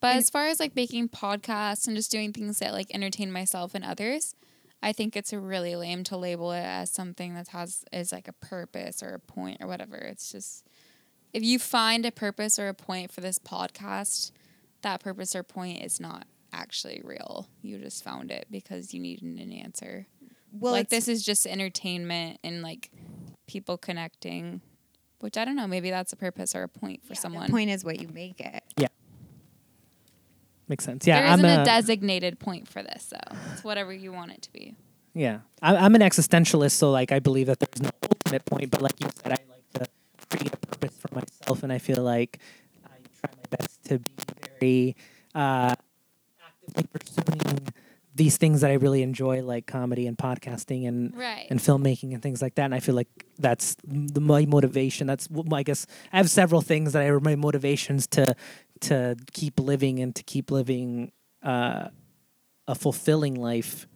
Speaker 2: But as far as like making podcasts and just doing things that like entertain myself and others, I think it's really lame to label it as something that has is like a purpose or a point or whatever. It's just if you find a purpose or a point for this podcast, that purpose or point is not actually real. You just found it because you needed an answer.
Speaker 3: Well,
Speaker 2: like
Speaker 3: it's-
Speaker 2: this is just entertainment and like people connecting, which I don't know. Maybe that's a purpose or a point for
Speaker 3: yeah,
Speaker 2: someone.
Speaker 3: The point is what you make it.
Speaker 1: Makes sense. Yeah,
Speaker 2: there
Speaker 1: I'm
Speaker 2: isn't
Speaker 1: a,
Speaker 2: a designated point for this, though. It's whatever you want it to be.
Speaker 1: yeah. I, I'm an existentialist, so like I believe that there's no ultimate point, but like you said, I like to create a purpose for myself, and I feel like I try my best to be very uh, actively pursuing these things that I really enjoy, like comedy and podcasting and
Speaker 2: Right.
Speaker 1: and filmmaking and things like that. And I feel like that's the, my motivation. That's what my, I guess I have several things that are my motivations to to keep living and to keep living uh, a fulfilling life.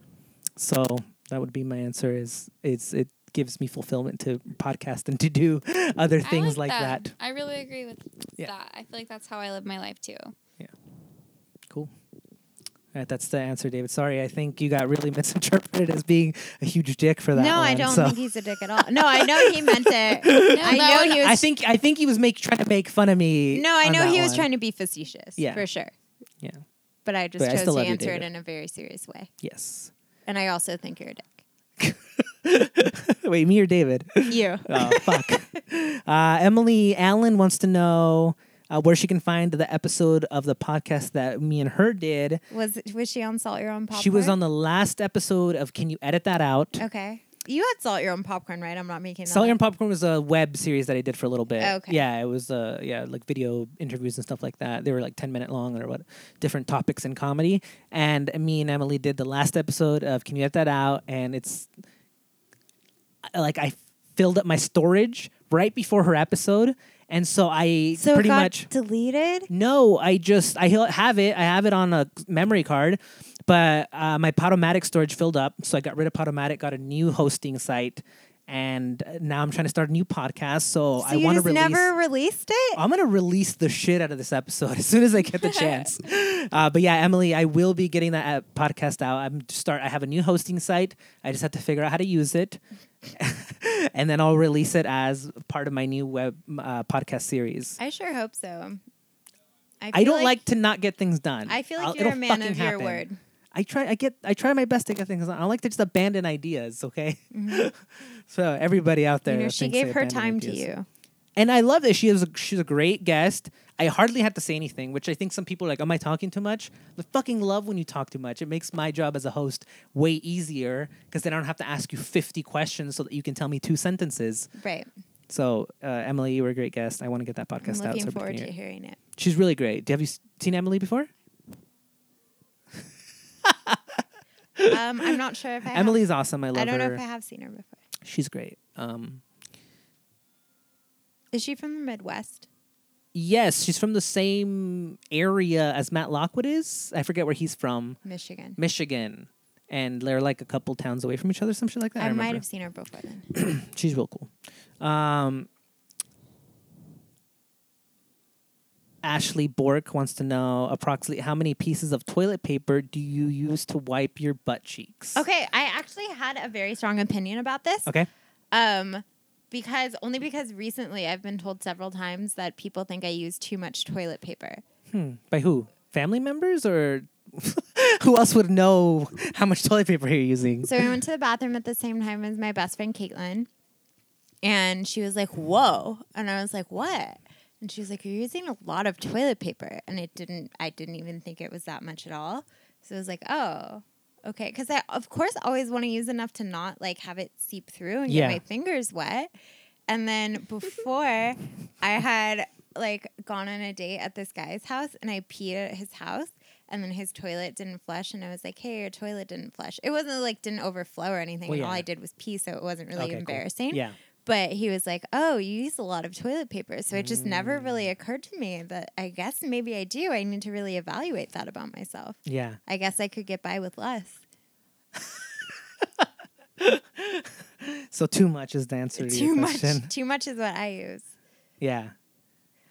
Speaker 1: So that would be my answer. Is it's it gives me fulfillment to podcast and to do other things like that.
Speaker 2: I really agree with
Speaker 1: Yeah.
Speaker 2: that. I feel like that's how I live my life too.
Speaker 1: Cool. All right, that's the answer, David. Sorry, I think you got really misinterpreted as being a huge dick for that.
Speaker 3: No, I
Speaker 1: one,
Speaker 3: don't
Speaker 1: so.
Speaker 3: think he's a dick at all. No, I know he meant it.
Speaker 2: No,
Speaker 3: I know Oh, he was.
Speaker 1: Oh, I think I think he was make trying to make fun of me.
Speaker 3: no, I
Speaker 1: on
Speaker 3: know
Speaker 1: that
Speaker 3: he was
Speaker 1: one.
Speaker 3: trying to be facetious.
Speaker 1: Yeah.
Speaker 3: for sure.
Speaker 1: Yeah.
Speaker 3: But I just
Speaker 1: But I
Speaker 3: chose
Speaker 1: still
Speaker 3: to
Speaker 1: love you,
Speaker 3: answer it
Speaker 1: David.
Speaker 3: in a very serious way.
Speaker 1: Yes.
Speaker 3: And I also think you're a dick.
Speaker 1: Wait, me or David?
Speaker 3: You.
Speaker 1: Oh fuck. Uh, Emily Allen wants to know uh, where she can find the episode of the podcast that me and her did.
Speaker 3: Was was she on Salt Your Own Popcorn?
Speaker 1: She was on the last episode of Can You Edit That Out?
Speaker 3: Okay. You had Salt Your Own Popcorn, right? I'm not making that.
Speaker 1: Salt
Speaker 3: up.
Speaker 1: and Popcorn was a web series that I did for a little bit.
Speaker 3: Okay.
Speaker 1: Yeah, it was uh yeah, like video interviews and stuff like that. They were like 10 minute long or what different topics in comedy. And me and Emily did the last episode of Can You Get That Out? And it's I- like I filled up my storage right before her episode. And so I
Speaker 3: So
Speaker 1: pretty
Speaker 3: it got
Speaker 1: much
Speaker 3: deleted.
Speaker 1: no, I just I ha- have it. I have it on a memory card, but uh, my Podomatic storage filled up, so I got rid of Podomatic, got a new hosting site, and uh, now I'm trying to start a new podcast. So,
Speaker 3: So
Speaker 1: I
Speaker 3: you
Speaker 1: want to
Speaker 3: just
Speaker 1: release.
Speaker 3: never released it.
Speaker 1: I'm gonna release the shit out of this episode as soon as I get the chance. Uh, but yeah, Emily, I will be getting that uh, podcast out. I'm start. I have a new hosting site. I just have to figure out how to use it, and then I'll release it as part of my new web uh, podcast series.
Speaker 3: I sure hope so.
Speaker 1: I
Speaker 3: feel
Speaker 1: don't like, to not get things done.
Speaker 3: I feel like
Speaker 1: I'll-
Speaker 3: you're a
Speaker 1: it'll
Speaker 3: man
Speaker 1: fucking
Speaker 3: of your
Speaker 1: happen.
Speaker 3: word.
Speaker 1: I try. I get. I try my best to get things done. I like to just abandon ideas. Okay. so everybody out there,
Speaker 3: Mm-hmm. You know,
Speaker 1: that
Speaker 3: she
Speaker 1: thinks they
Speaker 3: gave her
Speaker 1: abandon
Speaker 3: time to
Speaker 1: ideas.
Speaker 3: you.
Speaker 1: and I love that she is. A, she's a great guest. I hardly had to say anything, which I think some people are like, "Am I talking too much?" I fucking love when you talk too much. It makes my job as a host way easier because then I don't have to ask you fifty questions so that you can tell me two sentences.
Speaker 3: Right.
Speaker 1: So uh, Emily, you were a great guest. I want to get that
Speaker 3: I'm
Speaker 1: podcast out.
Speaker 3: looking
Speaker 1: so
Speaker 3: forward
Speaker 1: everybody
Speaker 3: to
Speaker 1: can hear.
Speaker 3: hearing it.
Speaker 1: She's really great. Do- Have you s- seen Emily before?
Speaker 3: Um, I'm not sure if I have-
Speaker 1: Emily's awesome. I love
Speaker 3: I don't
Speaker 1: her.
Speaker 3: know if I have seen her before.
Speaker 1: She's great. Um,
Speaker 3: Is she from the Midwest?
Speaker 1: yes, she's from the same area as Matt Lockwood is. I forget where he's from,
Speaker 3: Mm-hmm. Michigan.
Speaker 1: Michigan, and they're like a couple towns away from each other, some shit like that. I,
Speaker 3: I might
Speaker 1: remember.
Speaker 3: have seen her before then.
Speaker 1: She's real cool. Um, Ashley Bork wants to know approximately how many pieces of toilet paper do you use to wipe your butt cheeks?
Speaker 3: Okay, I actually had a very strong opinion about this.
Speaker 1: Okay.
Speaker 3: Um, because only because recently I've been told several times that people think I use too much toilet paper.
Speaker 1: Hmm. By who? Family members or who else would know how much toilet paper you're using?
Speaker 3: So we went to the bathroom at the same time as my best friend Caitlin, and she was like, "Whoa!" and I was like, "What?" And she was like, "You're using a lot of toilet paper," and it didn't. I didn't even think it was that much at all. So I was like, "Oh." Okay, because I of course always want to use enough to not like have it seep through and
Speaker 1: Yeah.
Speaker 3: get my fingers wet. And then before I had like gone on a date at this guy's house and I peed at his house and then his toilet didn't flush and I was like, Hey, your toilet didn't flush. It wasn't like didn't overflow or anything.
Speaker 1: Well,
Speaker 3: and all
Speaker 1: yeah.
Speaker 3: I did was pee, so it wasn't really
Speaker 1: Okay, cool.
Speaker 3: embarrassing.
Speaker 1: Yeah.
Speaker 3: But he was like, Oh, you use a lot of toilet paper. So it just never
Speaker 1: Mm.
Speaker 3: really occurred to me that I guess maybe I do. I need to really evaluate that about myself.
Speaker 1: Yeah.
Speaker 3: I guess I could get by with less.
Speaker 1: so too much is the answer to
Speaker 3: too
Speaker 1: your
Speaker 3: much.
Speaker 1: question.
Speaker 3: Too much is what I use.
Speaker 1: Yeah.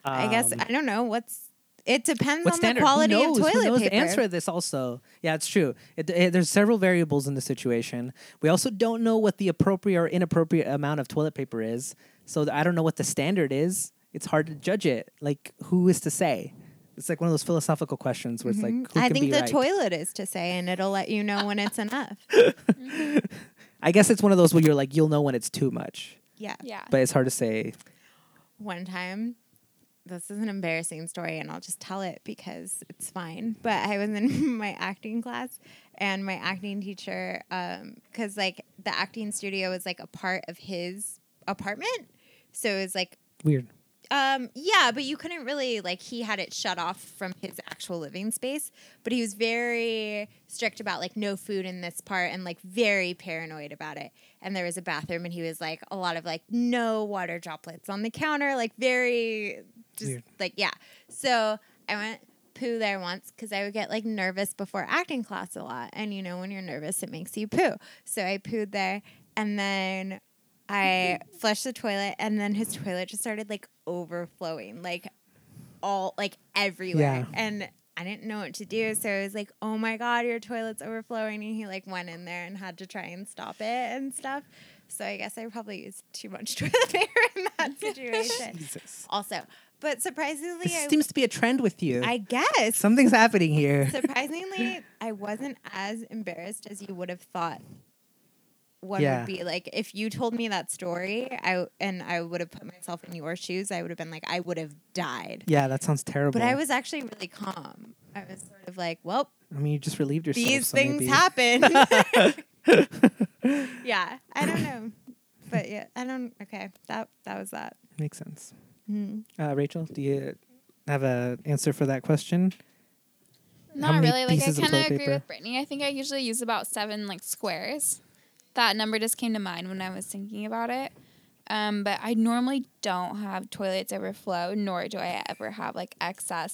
Speaker 3: I guess
Speaker 1: Um,
Speaker 3: I don't know what's. It depends
Speaker 1: what
Speaker 3: on
Speaker 1: standard?
Speaker 3: the quality
Speaker 1: Who knows?
Speaker 3: of
Speaker 1: Who
Speaker 3: toilet
Speaker 1: knows
Speaker 3: paper.
Speaker 1: the answer to this? Also, yeah, it's true. It, it- there's several variables in the situation. We also don't know what the appropriate or inappropriate amount of toilet paper is. So th- I don't know what the standard is. It's hard to judge it. Like, who is to say? It's like one of those philosophical questions where it's like, who
Speaker 3: Mm, Mm-hmm. I
Speaker 1: can
Speaker 3: think
Speaker 1: be
Speaker 3: the
Speaker 1: right?
Speaker 3: toilet is to say, and it'll let you know when it's enough.
Speaker 1: I guess it's one of those where you're like, you'll know when it's too much,
Speaker 3: Yeah.
Speaker 2: Yeah.
Speaker 1: but it's hard to say.
Speaker 3: One time, this is an embarrassing story, and I'll just tell it because it's fine. But I was in my acting class, and my acting teacher, because like the acting studio was like a part of his apartment, so it was like
Speaker 1: Weird.
Speaker 3: Um, yeah, but you couldn't really like he had it shut off from his actual living space, but he was very strict about like no food in this part and like very paranoid about it. And there was a bathroom and he was like a lot of like no water droplets on the counter, like very just
Speaker 1: Weird.
Speaker 3: like yeah. So I went poo there once because I would get like nervous before acting class a lot. And you know, when you're nervous, it makes you poo. So I pooed there and then I flushed the toilet and then his toilet just started like overflowing, like all like everywhere.
Speaker 1: Yeah.
Speaker 3: And I didn't know what to do. So I was like, oh my God, your toilet's overflowing. And he like went in there and had to try and stop it and stuff. So I guess I probably used too much toilet paper in that situation.
Speaker 1: Jesus.
Speaker 3: also, but surprisingly,
Speaker 1: This
Speaker 3: I,
Speaker 1: seems to be a trend with you.
Speaker 3: I guess
Speaker 1: Something's happening here.
Speaker 3: surprisingly, I wasn't as embarrassed as you would have thought. One
Speaker 1: Yeah.
Speaker 3: would be like if you told me that story, I and I would have put myself in your shoes. I would have been like, I would have died.
Speaker 1: yeah, that sounds terrible.
Speaker 3: But I was actually really calm. I was sort of like, well,
Speaker 1: I mean, you just relieved yourself.
Speaker 3: these
Speaker 1: so
Speaker 3: things
Speaker 1: maybe-
Speaker 3: happen. yeah, I don't know, but yeah, I don't. Okay, that that was that.
Speaker 1: Makes sense.
Speaker 3: Hmm.
Speaker 1: Uh, Rachel, do you have an answer for that question? How
Speaker 2: Not
Speaker 1: many
Speaker 2: really. Like I
Speaker 1: pieces of
Speaker 2: kind of
Speaker 1: toilet
Speaker 2: agree
Speaker 1: paper?
Speaker 2: with Brittany. I think I usually use about seven like squares. That number just came to mind when I was thinking about it. Um, but I normally don't have toilets overflow, nor do I ever have like excess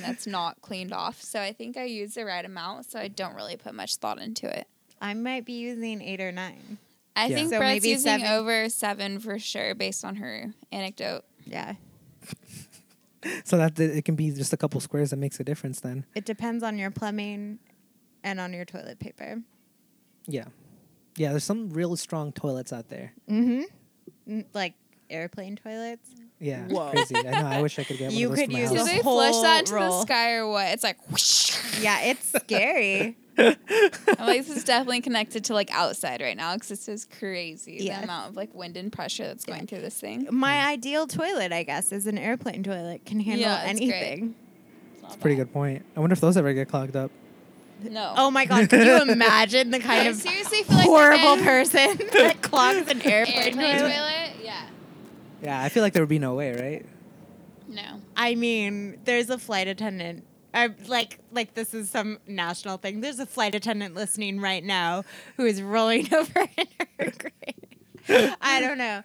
Speaker 2: that's not cleaned off. So I think I use the right amount. So I don't really put much thought into it.
Speaker 3: I might be using eight or nine.
Speaker 2: I
Speaker 1: Yeah.
Speaker 2: think
Speaker 3: So
Speaker 2: Brett's
Speaker 3: maybe
Speaker 2: using
Speaker 3: seven.
Speaker 2: over seven for sure, based on her anecdote.
Speaker 3: Yeah,
Speaker 1: So that th- it can be just a couple squares that makes a difference. Then,
Speaker 3: it depends on your plumbing and on your toilet paper.
Speaker 1: yeah, yeah. There's some real strong toilets out there.
Speaker 3: Mm-hmm. Like airplane toilets.
Speaker 1: Yeah, it's crazy. I know. I wish I could get
Speaker 3: You
Speaker 1: one of
Speaker 3: could
Speaker 1: those
Speaker 3: use
Speaker 1: for my
Speaker 2: Do
Speaker 3: The
Speaker 1: house.
Speaker 2: they flush
Speaker 3: whole
Speaker 2: that into
Speaker 3: roll.
Speaker 2: the sky or what? It's like whoosh.
Speaker 3: Yeah, it's scary.
Speaker 2: I'm like, this is definitely connected to like outside right now because this is crazy.
Speaker 3: Yes.
Speaker 2: The amount of like wind and pressure that's going through this thing.
Speaker 3: My ideal toilet, I guess, is an airplane toilet. Can handle
Speaker 2: Yeah, it's great.
Speaker 3: anything.
Speaker 2: It's
Speaker 1: Pretty good point. I wonder if those ever get clogged up.
Speaker 2: No.
Speaker 3: Oh my god, could you imagine the
Speaker 2: I
Speaker 3: kind of
Speaker 2: seriously feel like
Speaker 3: horrible
Speaker 2: if I-
Speaker 3: person that clogs an airplane,
Speaker 2: Airplane
Speaker 3: toilet?
Speaker 2: toilet? Yeah.
Speaker 1: Yeah, I feel like there would be no way, right?
Speaker 2: No.
Speaker 3: I mean, there's a flight attendant. I'm like, like this is some national thing. There's a flight attendant listening right now who is rolling over in her grave. I don't know.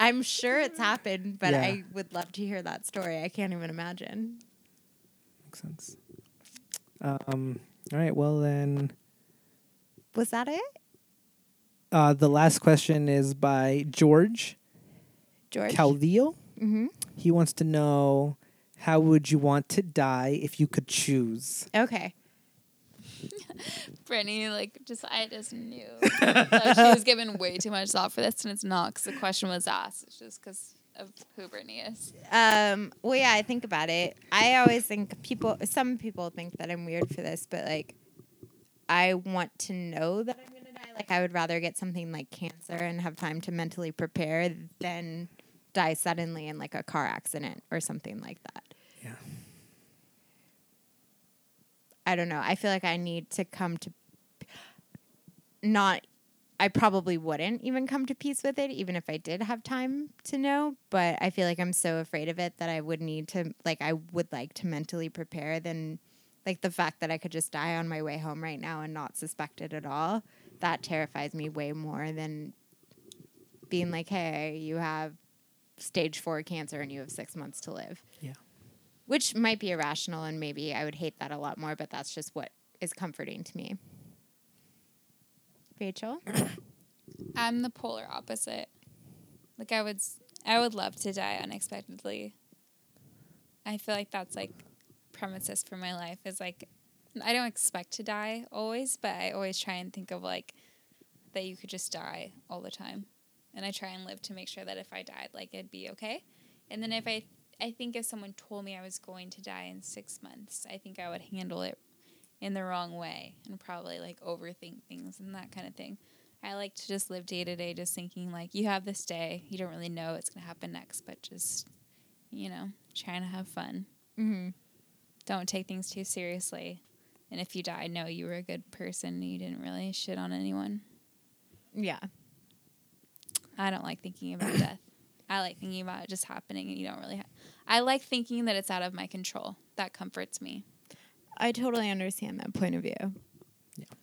Speaker 3: I'm sure it's happened, but
Speaker 1: Yeah.
Speaker 3: I would love to hear that story. I can't even imagine.
Speaker 1: Makes sense. Um. All right. Well then.
Speaker 3: Was that it?
Speaker 1: Uh, the last question is by George
Speaker 3: George.
Speaker 1: Caldillo.
Speaker 3: Mhm.
Speaker 1: He wants to know how would you want to die if you could choose?
Speaker 3: Okay.
Speaker 2: Brittany, like, just, I just knew. like, she was given way too much thought for this, and it's not because the question was asked. It's just because of who Brittany is.
Speaker 3: Um, well, yeah, I think about it. I always think people, some people think that I'm weird for this, but like, I want to know that I'm going to die. Like, I would rather get something like cancer and have time to mentally prepare than die suddenly in like a car accident or something like that.
Speaker 1: Yeah.
Speaker 3: I don't know. I feel like I need to come to not I probably wouldn't even come to peace with it even if I did have time to know, but I feel like I'm so afraid of it that I would need to like I would like to mentally prepare than like the fact that I could just die on my way home right now and not suspect it at all. That terrifies me way more than being like, "Hey, you have stage 4 cancer and you have 6 months to live."
Speaker 1: Yeah.
Speaker 3: which might be irrational and maybe I would hate that a lot more, but that's just what is comforting to me. Rachel?
Speaker 2: I'm the polar opposite. Like I would, s- I would love to die unexpectedly. I feel like that's like premises for my life is like, I don't expect to die always, but I always try and think of like that you could just die all the time, and I try and live to make sure that if I died, like it'd be okay. And then if I, I think if someone told me I was going to die in six months, I think I would handle it in the wrong way and probably like overthink things and that kind of thing. I like to just live day to day, just thinking like you have this day. You don't really know what's gonna happen next, but just you know, trying to have fun.
Speaker 3: Mm-hmm.
Speaker 2: Don't take things too seriously. And if you die, know you were a good person. You didn't really shit on anyone.
Speaker 3: Yeah.
Speaker 2: I don't like thinking about death. I like thinking about it just happening, and you don't really. Ha- I like thinking that it's out of my control. That comforts me.
Speaker 3: I totally understand that point of view.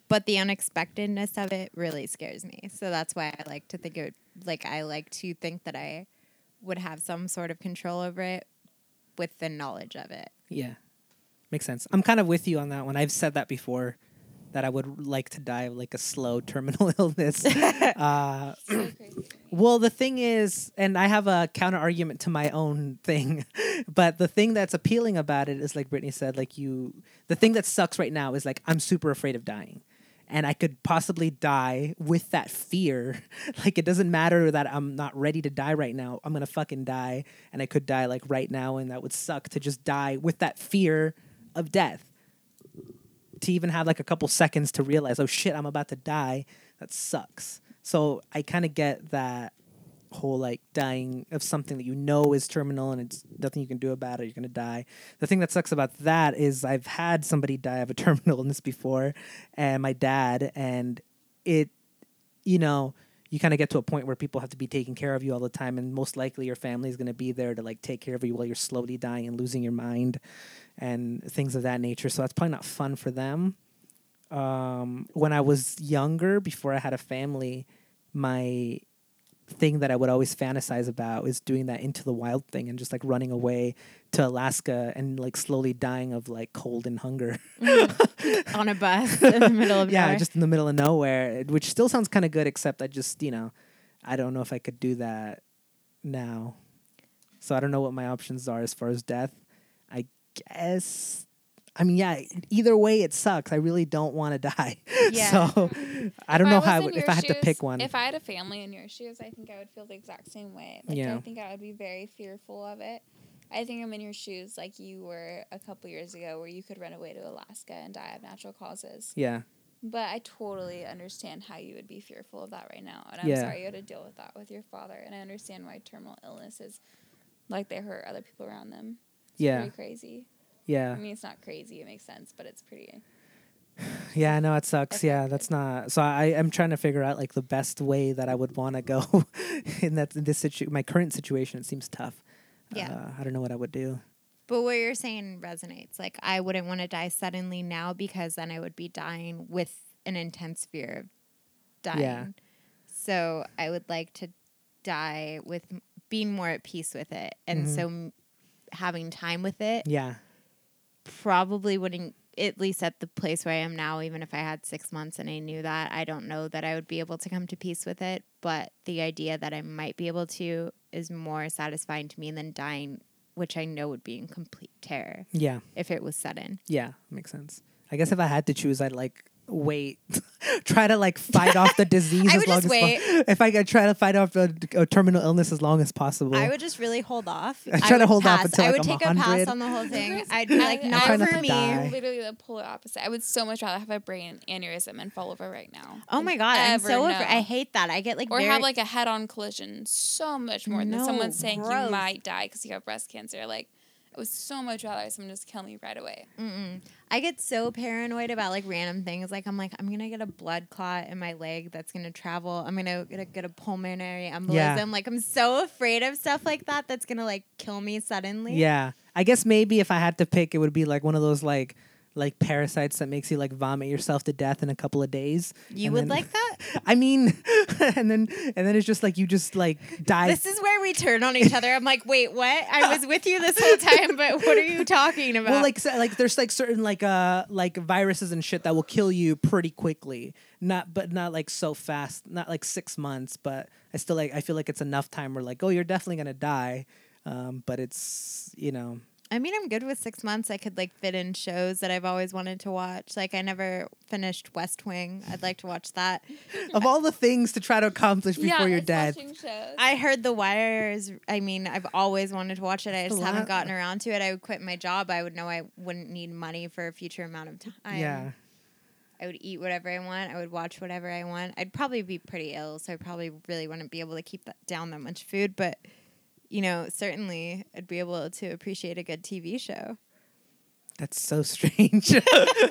Speaker 3: But the unexpectedness of it really scares me. So that's why I like to think it like I like to think that I would have some sort of control over it with the knowledge of it.
Speaker 1: Yeah. Makes sense. I'm kind of with you on that one. I've said that before that I would like to die of like a slow terminal illness. uh,
Speaker 2: So crazy.
Speaker 1: well, the thing is, and I have a counter argument to my own thing, but the thing that's appealing about it is like Brittany said, like you, the thing that sucks right now is like I'm super afraid of dying. And I could possibly die with that fear. Like, it doesn't matter that I'm not ready to die right now. I'm gonna fucking die. And I could die like right now. And that would suck to just die with that fear of death to even have like a couple seconds to realize, oh shit, I'm about to die. That sucks. So I kind of get that whole like dying of something that you know is terminal and it's nothing you can do about it. You're gonna die. The thing that sucks about that is I've had somebody die of a terminal illness before, and my dad, and it, you know. You kind of get to a point where people have to be taking care of you all the time, and most likely your family is going to be there to like take care of you while you're slowly dying and losing your mind and things of that nature. So that's probably not fun for them. Um, when I was younger, before I had a family, my thing that I would always fantasize about is doing that into the wild thing and just like running away to Alaska and like slowly dying of like cold and hunger.
Speaker 3: On a bus in the middle of
Speaker 1: yeah,
Speaker 3: nowhere.
Speaker 1: just in the middle of nowhere, which still sounds kind of good, except I just, you know, I don't know if I could do that now. So I don't know what my options are as far as death. I guess. I mean, yeah. Either way, it sucks. I really don't want to die.
Speaker 3: Yeah.
Speaker 1: So I don't know
Speaker 2: was
Speaker 1: how I
Speaker 2: in
Speaker 1: would,
Speaker 2: your
Speaker 1: if I had to
Speaker 2: shoes-
Speaker 1: pick one.
Speaker 2: If I had a family in your shoes, I think I would feel the exact same way. Like,
Speaker 1: Yeah.
Speaker 2: I think I would be very fearful of it. I think I'm in your shoes, like you were a couple years ago, where you could run away to Alaska and die of natural causes.
Speaker 1: yeah.
Speaker 2: But I totally understand how you would be fearful of that right now, and I'm
Speaker 1: Yeah.
Speaker 2: sorry you had to deal with that with your father. And I understand why terminal illnesses, like they hurt other people around them. It's
Speaker 1: Yeah.
Speaker 2: pretty crazy. I
Speaker 1: Yeah.
Speaker 2: mean, it's not crazy; it makes sense, but it's pretty.
Speaker 1: Yeah, I know it sucks. Yeah, that's not. So I am trying to figure out like the best way that I would want to go in that in this situ my current situation. It seems tough.
Speaker 3: Yeah.
Speaker 1: Uh, I don't know what I would do.
Speaker 3: But what you're saying resonates. Like I wouldn't want to die suddenly now because then I would be dying with an intense fear of dying.
Speaker 1: Yeah.
Speaker 3: So I would like to die with being more at peace with it, and so m- having time with it
Speaker 1: Mm-hmm. Yeah.
Speaker 3: probably wouldn't. At least at the place where I am now, even if I had six months and I knew that, I don't know that I would be able to come to peace with it. But the idea that I might be able to is more satisfying to me than dying, which I know would be in complete terror
Speaker 1: Yeah.
Speaker 3: if it was sudden.
Speaker 1: Yeah, makes sense. I guess if I had to choose, I'd like wait, try to like fight off the disease
Speaker 3: I
Speaker 1: as
Speaker 3: would
Speaker 1: long
Speaker 3: just
Speaker 1: as
Speaker 3: wait.
Speaker 1: possible. If I could try to fight off a, a terminal illness as long as possible.
Speaker 3: I would just really hold off.
Speaker 1: I try to
Speaker 3: would
Speaker 1: hold off
Speaker 3: pass.
Speaker 1: until,
Speaker 3: I
Speaker 1: like,
Speaker 3: would
Speaker 1: I'm
Speaker 3: take a pass
Speaker 1: 100.
Speaker 3: on the whole thing. I'd be like,
Speaker 2: I-
Speaker 3: not
Speaker 1: try not
Speaker 3: for
Speaker 1: to
Speaker 3: me.
Speaker 1: die.
Speaker 2: literally the polar opposite. I would so much rather have a brain aneurysm and fall over right now.
Speaker 3: Oh my god, I'm
Speaker 2: Ever
Speaker 3: so
Speaker 2: know.
Speaker 3: afraid. I hate that. I get like
Speaker 2: Or
Speaker 3: very,
Speaker 2: have like a head on collision so much more than
Speaker 3: No,
Speaker 2: someone saying
Speaker 3: gross.
Speaker 2: you might die because you have breast cancer. Like, I would so much rather someone just kill me right away.
Speaker 3: I get so paranoid about like random things. Like I'm like, I'm gonna get a blood clot in my leg that's gonna travel. I'm gonna get a, get a pulmonary embolism.
Speaker 1: Yeah.
Speaker 3: Like I'm so afraid of stuff like that that's gonna like kill me suddenly.
Speaker 1: Yeah. I guess maybe if I had to pick, it would be like one of those like like parasites that makes you like vomit yourself to death in a couple of days.
Speaker 3: You
Speaker 1: And
Speaker 3: would
Speaker 1: then-
Speaker 3: like that?
Speaker 1: I mean, and then and then it's just like you just like die.
Speaker 3: This is where we turn on each other. I'm like, wait, what? I was with you this whole time, but what are you talking about?
Speaker 1: Well, like so- like there's like certain like uh like viruses and shit that will kill you pretty quickly. Not but not like so fast. Not like six months, but I still like I feel like it's enough time where like oh you're definitely gonna die, um but it's you know
Speaker 3: I mean, I'm good with six months. I could like fit in shows that I've always wanted to watch. Like, I never finished West Wing. I'd like to watch that.
Speaker 1: of all the things to try to accomplish before
Speaker 2: yeah,
Speaker 1: you're
Speaker 2: it's
Speaker 1: dead.
Speaker 2: watching shows.
Speaker 3: I heard The Wire is. I mean, I've always wanted to watch it. I
Speaker 1: That's a
Speaker 3: just haven't
Speaker 1: lot.
Speaker 3: gotten around to it. I would quit my job. I would know I wouldn't need money for a future amount of time.
Speaker 1: yeah.
Speaker 3: I would eat whatever I want. I would watch whatever I want. I'd probably be pretty ill, so I probably really wouldn't be able to keep that down that much food. But you know, certainly I'd be able to appreciate a good TV show.
Speaker 1: That's so strange.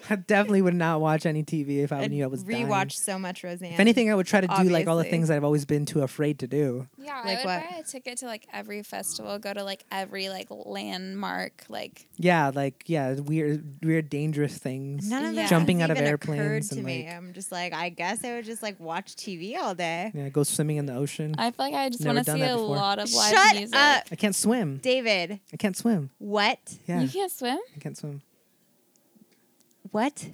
Speaker 1: I definitely would not watch any TV if I
Speaker 3: I'd
Speaker 1: knew I was
Speaker 3: rewatch
Speaker 1: dying.
Speaker 3: so much Roseanne.
Speaker 1: If anything, I would try to do like all the
Speaker 3: Obviously.
Speaker 1: things that I've always been too afraid to do.
Speaker 2: yeah, I
Speaker 3: Like
Speaker 2: would
Speaker 3: what?
Speaker 2: buy a ticket to like every festival, go to like every like landmark, like
Speaker 1: Yeah, like yeah, weird, weird, dangerous things.
Speaker 3: None of
Speaker 2: Yeah.
Speaker 3: that
Speaker 1: Jumping out of
Speaker 3: even
Speaker 1: airplanes
Speaker 3: occurred
Speaker 1: and,
Speaker 3: to me.
Speaker 1: like-
Speaker 3: I'm just like, I guess I would just like watch TV all day.
Speaker 1: Yeah, go swimming in the ocean. I,
Speaker 2: I feel like I just
Speaker 1: Never
Speaker 2: want to
Speaker 1: done
Speaker 2: see
Speaker 1: that
Speaker 2: a
Speaker 1: before.
Speaker 2: lot of live
Speaker 3: Shut
Speaker 2: music.
Speaker 3: up,
Speaker 1: can't swim.
Speaker 3: David.
Speaker 1: I can't swim.
Speaker 3: What?
Speaker 1: Yeah,
Speaker 2: You can't swim?
Speaker 1: I can't swim.
Speaker 3: What?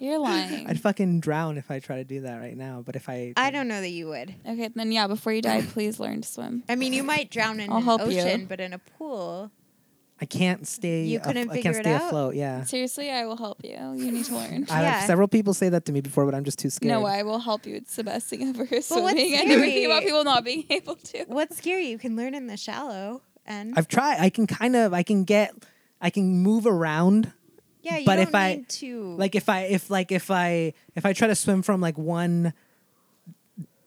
Speaker 2: You're lying.
Speaker 1: I'd fucking drown if I try to do that right now. But if I,
Speaker 3: Mm. I don't know that you would.
Speaker 2: okay, then yeah, before you die, please learn to swim.
Speaker 3: I mean, you might drown in
Speaker 2: I'll
Speaker 3: an
Speaker 2: help you.
Speaker 3: ocean, but in a pool.
Speaker 1: I can't stay.
Speaker 3: You
Speaker 1: af-
Speaker 3: couldn't
Speaker 1: I
Speaker 3: figure
Speaker 1: can't
Speaker 3: it
Speaker 1: stay
Speaker 3: out?
Speaker 1: afloat. Yeah.
Speaker 2: Seriously, I will help you. You need to learn.
Speaker 1: I,
Speaker 3: Yeah.
Speaker 1: several people say that to me before, but I'm just too scared.
Speaker 2: No, I will help you. It's the best thing ever.
Speaker 3: what's
Speaker 2: swimming. I never
Speaker 3: scary-
Speaker 2: think about people not being able to.
Speaker 3: What's scary? You can learn in the shallow end.
Speaker 1: I've tried. I can kind of. I can get. I can move around.
Speaker 3: yeah, you
Speaker 1: but
Speaker 3: don't
Speaker 1: if I-
Speaker 3: need to.
Speaker 1: like if i if like if i if i try to swim from like one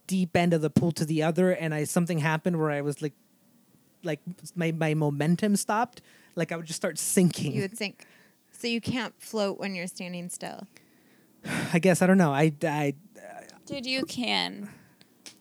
Speaker 1: deep end of the pool to the other and i something happened where i was like like my, my momentum stopped like i would just start sinking
Speaker 3: you would sink. So you can't float when you're standing still.
Speaker 1: i guess i don't know i i
Speaker 2: Dude, you can.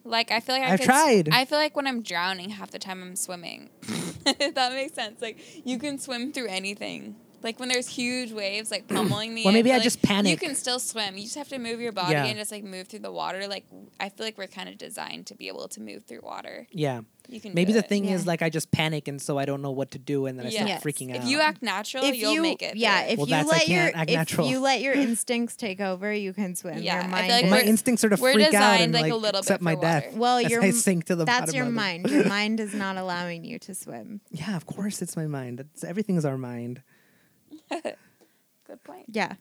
Speaker 2: Like I feel like I
Speaker 1: I've
Speaker 2: could,
Speaker 1: tried.
Speaker 2: I feel like when I'm drowning, half the time I'm swimming. if that makes sense, like you can swim through anything. Like when there's huge waves like pummeling me.
Speaker 1: Well, maybe
Speaker 2: feel
Speaker 1: I
Speaker 2: like
Speaker 1: just panic.
Speaker 2: You can still swim. You just have to move your body
Speaker 1: Yeah.
Speaker 2: and just like move through the water. Like I feel like we're kind of designed to be able to move through water.
Speaker 1: yeah
Speaker 2: You can.
Speaker 1: maybe
Speaker 2: do
Speaker 1: the
Speaker 2: it.
Speaker 1: thing is
Speaker 3: Yeah.
Speaker 1: like i just panic and so i don't know what to do and then i start
Speaker 3: Yes.
Speaker 1: freaking out
Speaker 2: If you act natural, Oh, you'll make it.
Speaker 3: yeah,
Speaker 2: through.
Speaker 3: if
Speaker 1: Well,
Speaker 3: you
Speaker 1: that's- I
Speaker 3: let your
Speaker 1: can't act
Speaker 3: if
Speaker 1: natural.
Speaker 3: you let your instincts take over, you can swim.
Speaker 2: Yeah,
Speaker 3: your
Speaker 2: I feel like
Speaker 3: mind
Speaker 1: Well,
Speaker 3: is-
Speaker 1: my
Speaker 2: we're-
Speaker 1: instincts are to
Speaker 2: we're
Speaker 1: freak out
Speaker 2: designed,
Speaker 1: and
Speaker 2: like,
Speaker 1: like,
Speaker 2: a little bit
Speaker 1: accept
Speaker 2: for
Speaker 1: my
Speaker 2: water.
Speaker 1: death
Speaker 3: well,
Speaker 1: as
Speaker 3: your
Speaker 1: I
Speaker 3: m-
Speaker 1: sink to the
Speaker 3: that's
Speaker 1: bottom
Speaker 3: your
Speaker 1: of it.
Speaker 3: mind. Your mind is not allowing you to swim.
Speaker 1: yeah of course it's my mind it's, everything's our mind
Speaker 2: Good point.
Speaker 3: Yeah,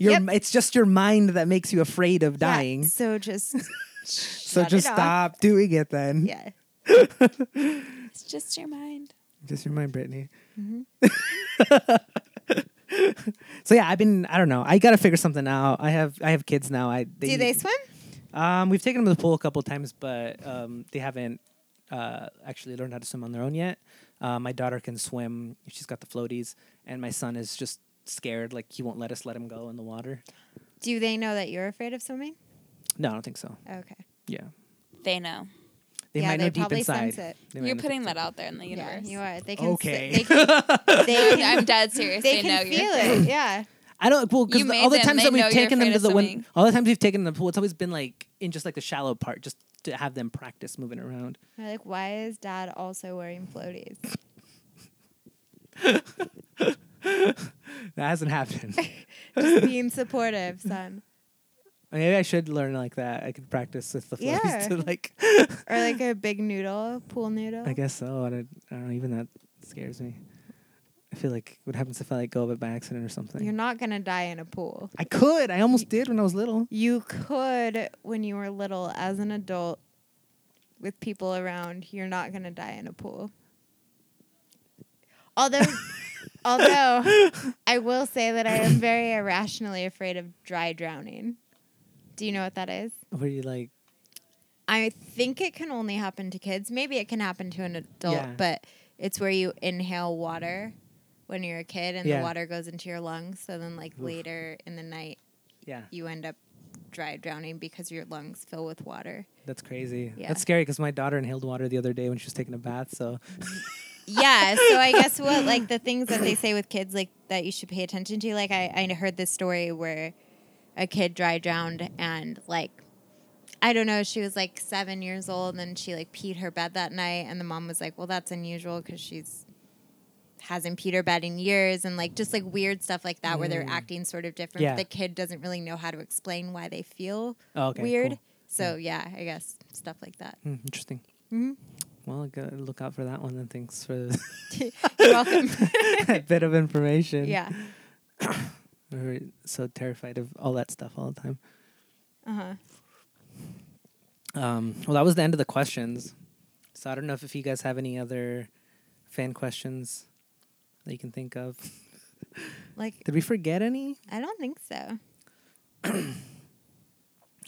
Speaker 1: Your,
Speaker 3: Yep.
Speaker 1: It's just your mind that makes you afraid of
Speaker 3: Yeah,
Speaker 1: dying.
Speaker 3: so just
Speaker 1: so
Speaker 3: shut it
Speaker 1: just
Speaker 3: off.
Speaker 1: stop doing it then.
Speaker 3: yeah.
Speaker 2: It's just your mind.
Speaker 1: Just your mind, Brittany.
Speaker 3: Mm-hmm.
Speaker 1: so yeah, I've been. I don't know. I gotta figure something out. I have. I have kids now. I they,
Speaker 3: Do they swim?
Speaker 1: Um, we've taken them to the pool a couple times, but um, they haven't uh, actually learned how to swim on their own yet. Uh, my daughter can swim; she's got the floaties, and my son is just scared. Like he won't let us let him go in the water.
Speaker 3: Do they know that you're afraid of swimming?
Speaker 1: No, I don't think so.
Speaker 3: Okay.
Speaker 1: Yeah,
Speaker 2: They know.
Speaker 1: they
Speaker 3: Yeah,
Speaker 1: might
Speaker 3: they
Speaker 1: know deep
Speaker 3: probably
Speaker 1: inside.
Speaker 3: sense it.
Speaker 1: They might
Speaker 2: You're
Speaker 1: know deep
Speaker 2: putting
Speaker 1: inside.
Speaker 2: that out there in the
Speaker 3: Yeah,
Speaker 2: universe.
Speaker 3: you are. They can.
Speaker 1: Okay.
Speaker 3: Sit, they can. They can,
Speaker 2: I'm dead serious.
Speaker 3: they
Speaker 2: They,
Speaker 3: can
Speaker 2: know you're
Speaker 3: feel it. Yeah.
Speaker 1: I don't. Well,
Speaker 2: You
Speaker 1: because
Speaker 2: made
Speaker 1: all the
Speaker 2: them.
Speaker 1: times
Speaker 2: They
Speaker 1: that
Speaker 2: know
Speaker 1: we've
Speaker 2: you're
Speaker 1: taken them
Speaker 2: afraid
Speaker 1: to
Speaker 2: of
Speaker 1: the one,
Speaker 2: swimming.
Speaker 1: all the times we've taken them to the pool, it's always been like in just like the shallow part, just to have them practice moving around.
Speaker 3: They're like, why is dad also wearing floaties?
Speaker 1: That hasn't happened.
Speaker 3: Just being supportive, son.
Speaker 1: Maybe I should learn like that. I could practice with the floaties
Speaker 3: Yeah.
Speaker 1: to like.
Speaker 3: Or like a big noodle, pool noodle.
Speaker 1: I guess so. I don't, I don't know. Even that scares me. I feel like what happens if I like go of it by accident or something?
Speaker 3: You're not going to die in a pool.
Speaker 1: I could. I almost did when I was little.
Speaker 3: You could when you were little as an adult with people around. You're not going to die in a pool. Although although I will say that I am very irrationally afraid of dry drowning. Do you know what that is?
Speaker 1: Where you like?
Speaker 3: I think it can only happen to kids. Maybe it can happen to an adult,
Speaker 1: Yeah.
Speaker 3: but it's where you inhale water when you're a kid and
Speaker 1: Yeah.
Speaker 3: the water goes into your lungs. So then, like,
Speaker 1: Oof.
Speaker 3: later in the night,
Speaker 1: Yeah,
Speaker 3: you end up dry drowning because your lungs fill with water.
Speaker 1: that's crazy.
Speaker 3: Yeah.
Speaker 1: That's scary because my daughter inhaled water the other day when she was taking a bath. So
Speaker 3: yeah. So I guess what like the things that they say with kids like that you should pay attention to. Like I, I heard this story where a kid dry drowned and like I don't know, she was like seven years old and she like peed her bed that night and the mom was like, well, that's unusual because she's hasn't peed her bed in years and like just like weird stuff like that where they're acting sort of different.
Speaker 1: Mm. Yeah.
Speaker 3: But the kid doesn't really know how to explain why they feel
Speaker 1: Oh, okay,
Speaker 3: weird.
Speaker 1: cool.
Speaker 3: So yeah, I guess stuff like that.
Speaker 1: Hmm, interesting.
Speaker 3: Mhm.
Speaker 1: Well, I gotta look out for that one. And thanks for
Speaker 3: You're welcome.
Speaker 1: that bit of information.
Speaker 3: yeah.
Speaker 1: We were so terrified of all that stuff all the time.
Speaker 3: Uh huh.
Speaker 1: Um, well, that was the end of the questions. So I don't know if, if you guys have any other fan questions that you can think of.
Speaker 3: Like
Speaker 1: Did we forget any?
Speaker 3: I don't think so.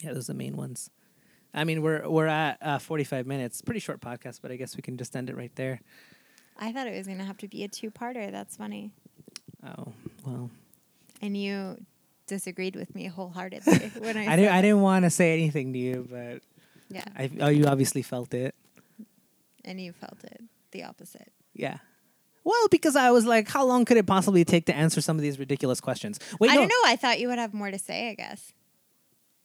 Speaker 1: Yeah, those are the main ones. I mean, we're we're at uh, 45 minutes. Pretty short podcast, but I guess we can just end it right there.
Speaker 3: I thought it was gonna have to be a two-parter. That's funny.
Speaker 1: Oh well,
Speaker 3: And you disagreed with me wholeheartedly when I,
Speaker 1: I
Speaker 3: said
Speaker 1: didn't I didn't want to say anything to you, but
Speaker 3: yeah,
Speaker 1: I oh you obviously felt it.
Speaker 3: and you felt it the opposite.
Speaker 1: Yeah. Well, because I was like, how long could it possibly take to answer some of these ridiculous questions? Wait,
Speaker 3: I
Speaker 1: no.
Speaker 3: don't know. I thought you would have more to say. I guess.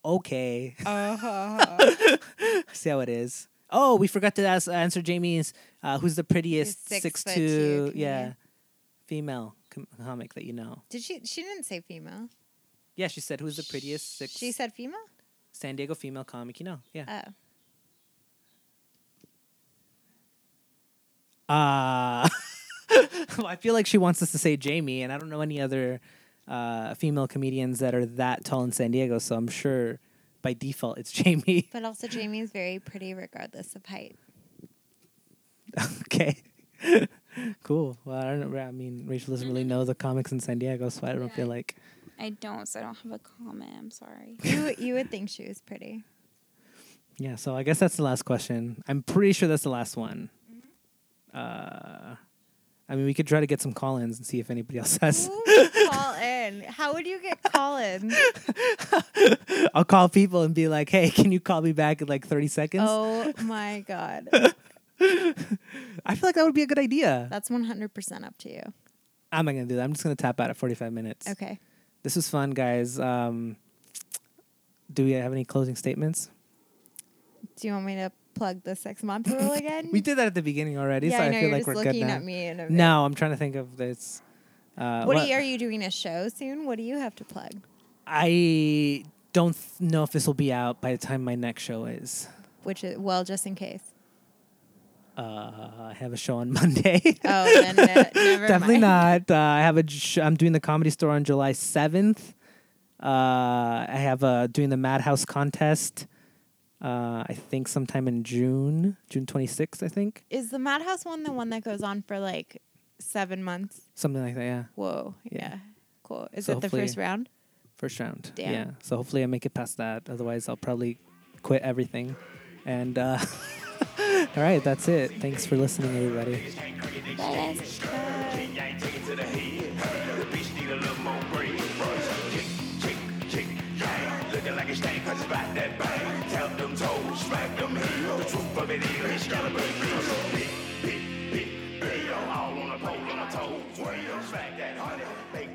Speaker 1: Okay.
Speaker 3: Oh,
Speaker 1: See how it is. Oh, we forgot to ask, answer Jamie's uh, who's the prettiest
Speaker 3: six
Speaker 1: six
Speaker 3: foot
Speaker 1: two
Speaker 3: two
Speaker 1: yeah
Speaker 3: comedian.
Speaker 1: female com- comic that you know.
Speaker 3: did she? She didn't say female.
Speaker 1: Yeah, she said who's the prettiest six
Speaker 3: She said female.
Speaker 1: San Diego female comic you know. Yeah.
Speaker 3: Oh,
Speaker 1: Uh, well, I feel like she wants us to say Jamie, and I don't know any other uh, female comedians that are that tall in San Diego, so I'm sure by default it's Jamie.
Speaker 3: but also Jamie's very pretty regardless of height.
Speaker 1: okay. cool. Well, I don't know. I mean, Rachel doesn't really know the comics in San Diego, so I don't
Speaker 2: Yeah.
Speaker 1: feel like.
Speaker 2: I don't, so I don't have a comment. I'm sorry.
Speaker 3: You you would think she was pretty.
Speaker 1: Yeah, so I guess that's the last question. I'm pretty sure that's the last one. Uh, I mean, we could try to get some call ins and see if anybody else has.
Speaker 3: Ooh, call in. How would you get call in?
Speaker 1: I'll call people and be like, hey, can you call me back in like 30 seconds?
Speaker 3: Oh my god,
Speaker 1: I feel like that would be a good idea.
Speaker 3: that's one hundred percent up to you.
Speaker 1: I'm not gonna do that. I'm just gonna tap out at 45 minutes.
Speaker 3: Okay.
Speaker 1: This was fun, guys. Um, do we have any closing statements?
Speaker 3: Do you want me to plug the six month rule again?
Speaker 1: We did that at the beginning already,
Speaker 3: yeah,
Speaker 1: so
Speaker 3: I
Speaker 1: I,
Speaker 3: know
Speaker 1: feel
Speaker 3: you're
Speaker 1: like
Speaker 3: just
Speaker 1: we're good
Speaker 3: looking
Speaker 1: now.
Speaker 3: at me. And I'm-
Speaker 1: No, I'm trying to think of this. Uh,
Speaker 3: What,
Speaker 1: what-
Speaker 3: do you, are you doing a show soon? What do you have to plug?
Speaker 1: I don't th- know if this will be out by the time my next show is.
Speaker 3: Which is well, just in case.
Speaker 1: Uh, I have a show on Monday.
Speaker 3: Oh, then uh, never
Speaker 1: Definitely
Speaker 3: mind.
Speaker 1: not. Uh, I have a. Sh- I'm doing the comedy store on July seventh. Uh, I have a doing the Madhouse contest. Uh, I think sometime in June, June 26th, I think,
Speaker 3: Is the Madhouse one the one that goes on for like seven months?
Speaker 1: something like that. Yeah,
Speaker 3: Whoa, yeah,
Speaker 1: Yeah.
Speaker 3: cool. Is
Speaker 1: So
Speaker 3: it the
Speaker 1: hopefully-
Speaker 3: first round?
Speaker 1: first round.
Speaker 3: Damn.
Speaker 1: Yeah. So hopefully I make it past that. Otherwise, I'll probably quit everything. And uh, all right, that's it. Thanks for listening, everybody.
Speaker 4: Yang taking to the head. The bitch need a little more bread. Chick, chick, chick, yang. Looking like a stank, cause it's about that bang. Tap them toes, smack them heels. The truth of it is, it's gotta be real. Big, big, big, big. All on a pole, on a toe. Wheel, smack that honey. Make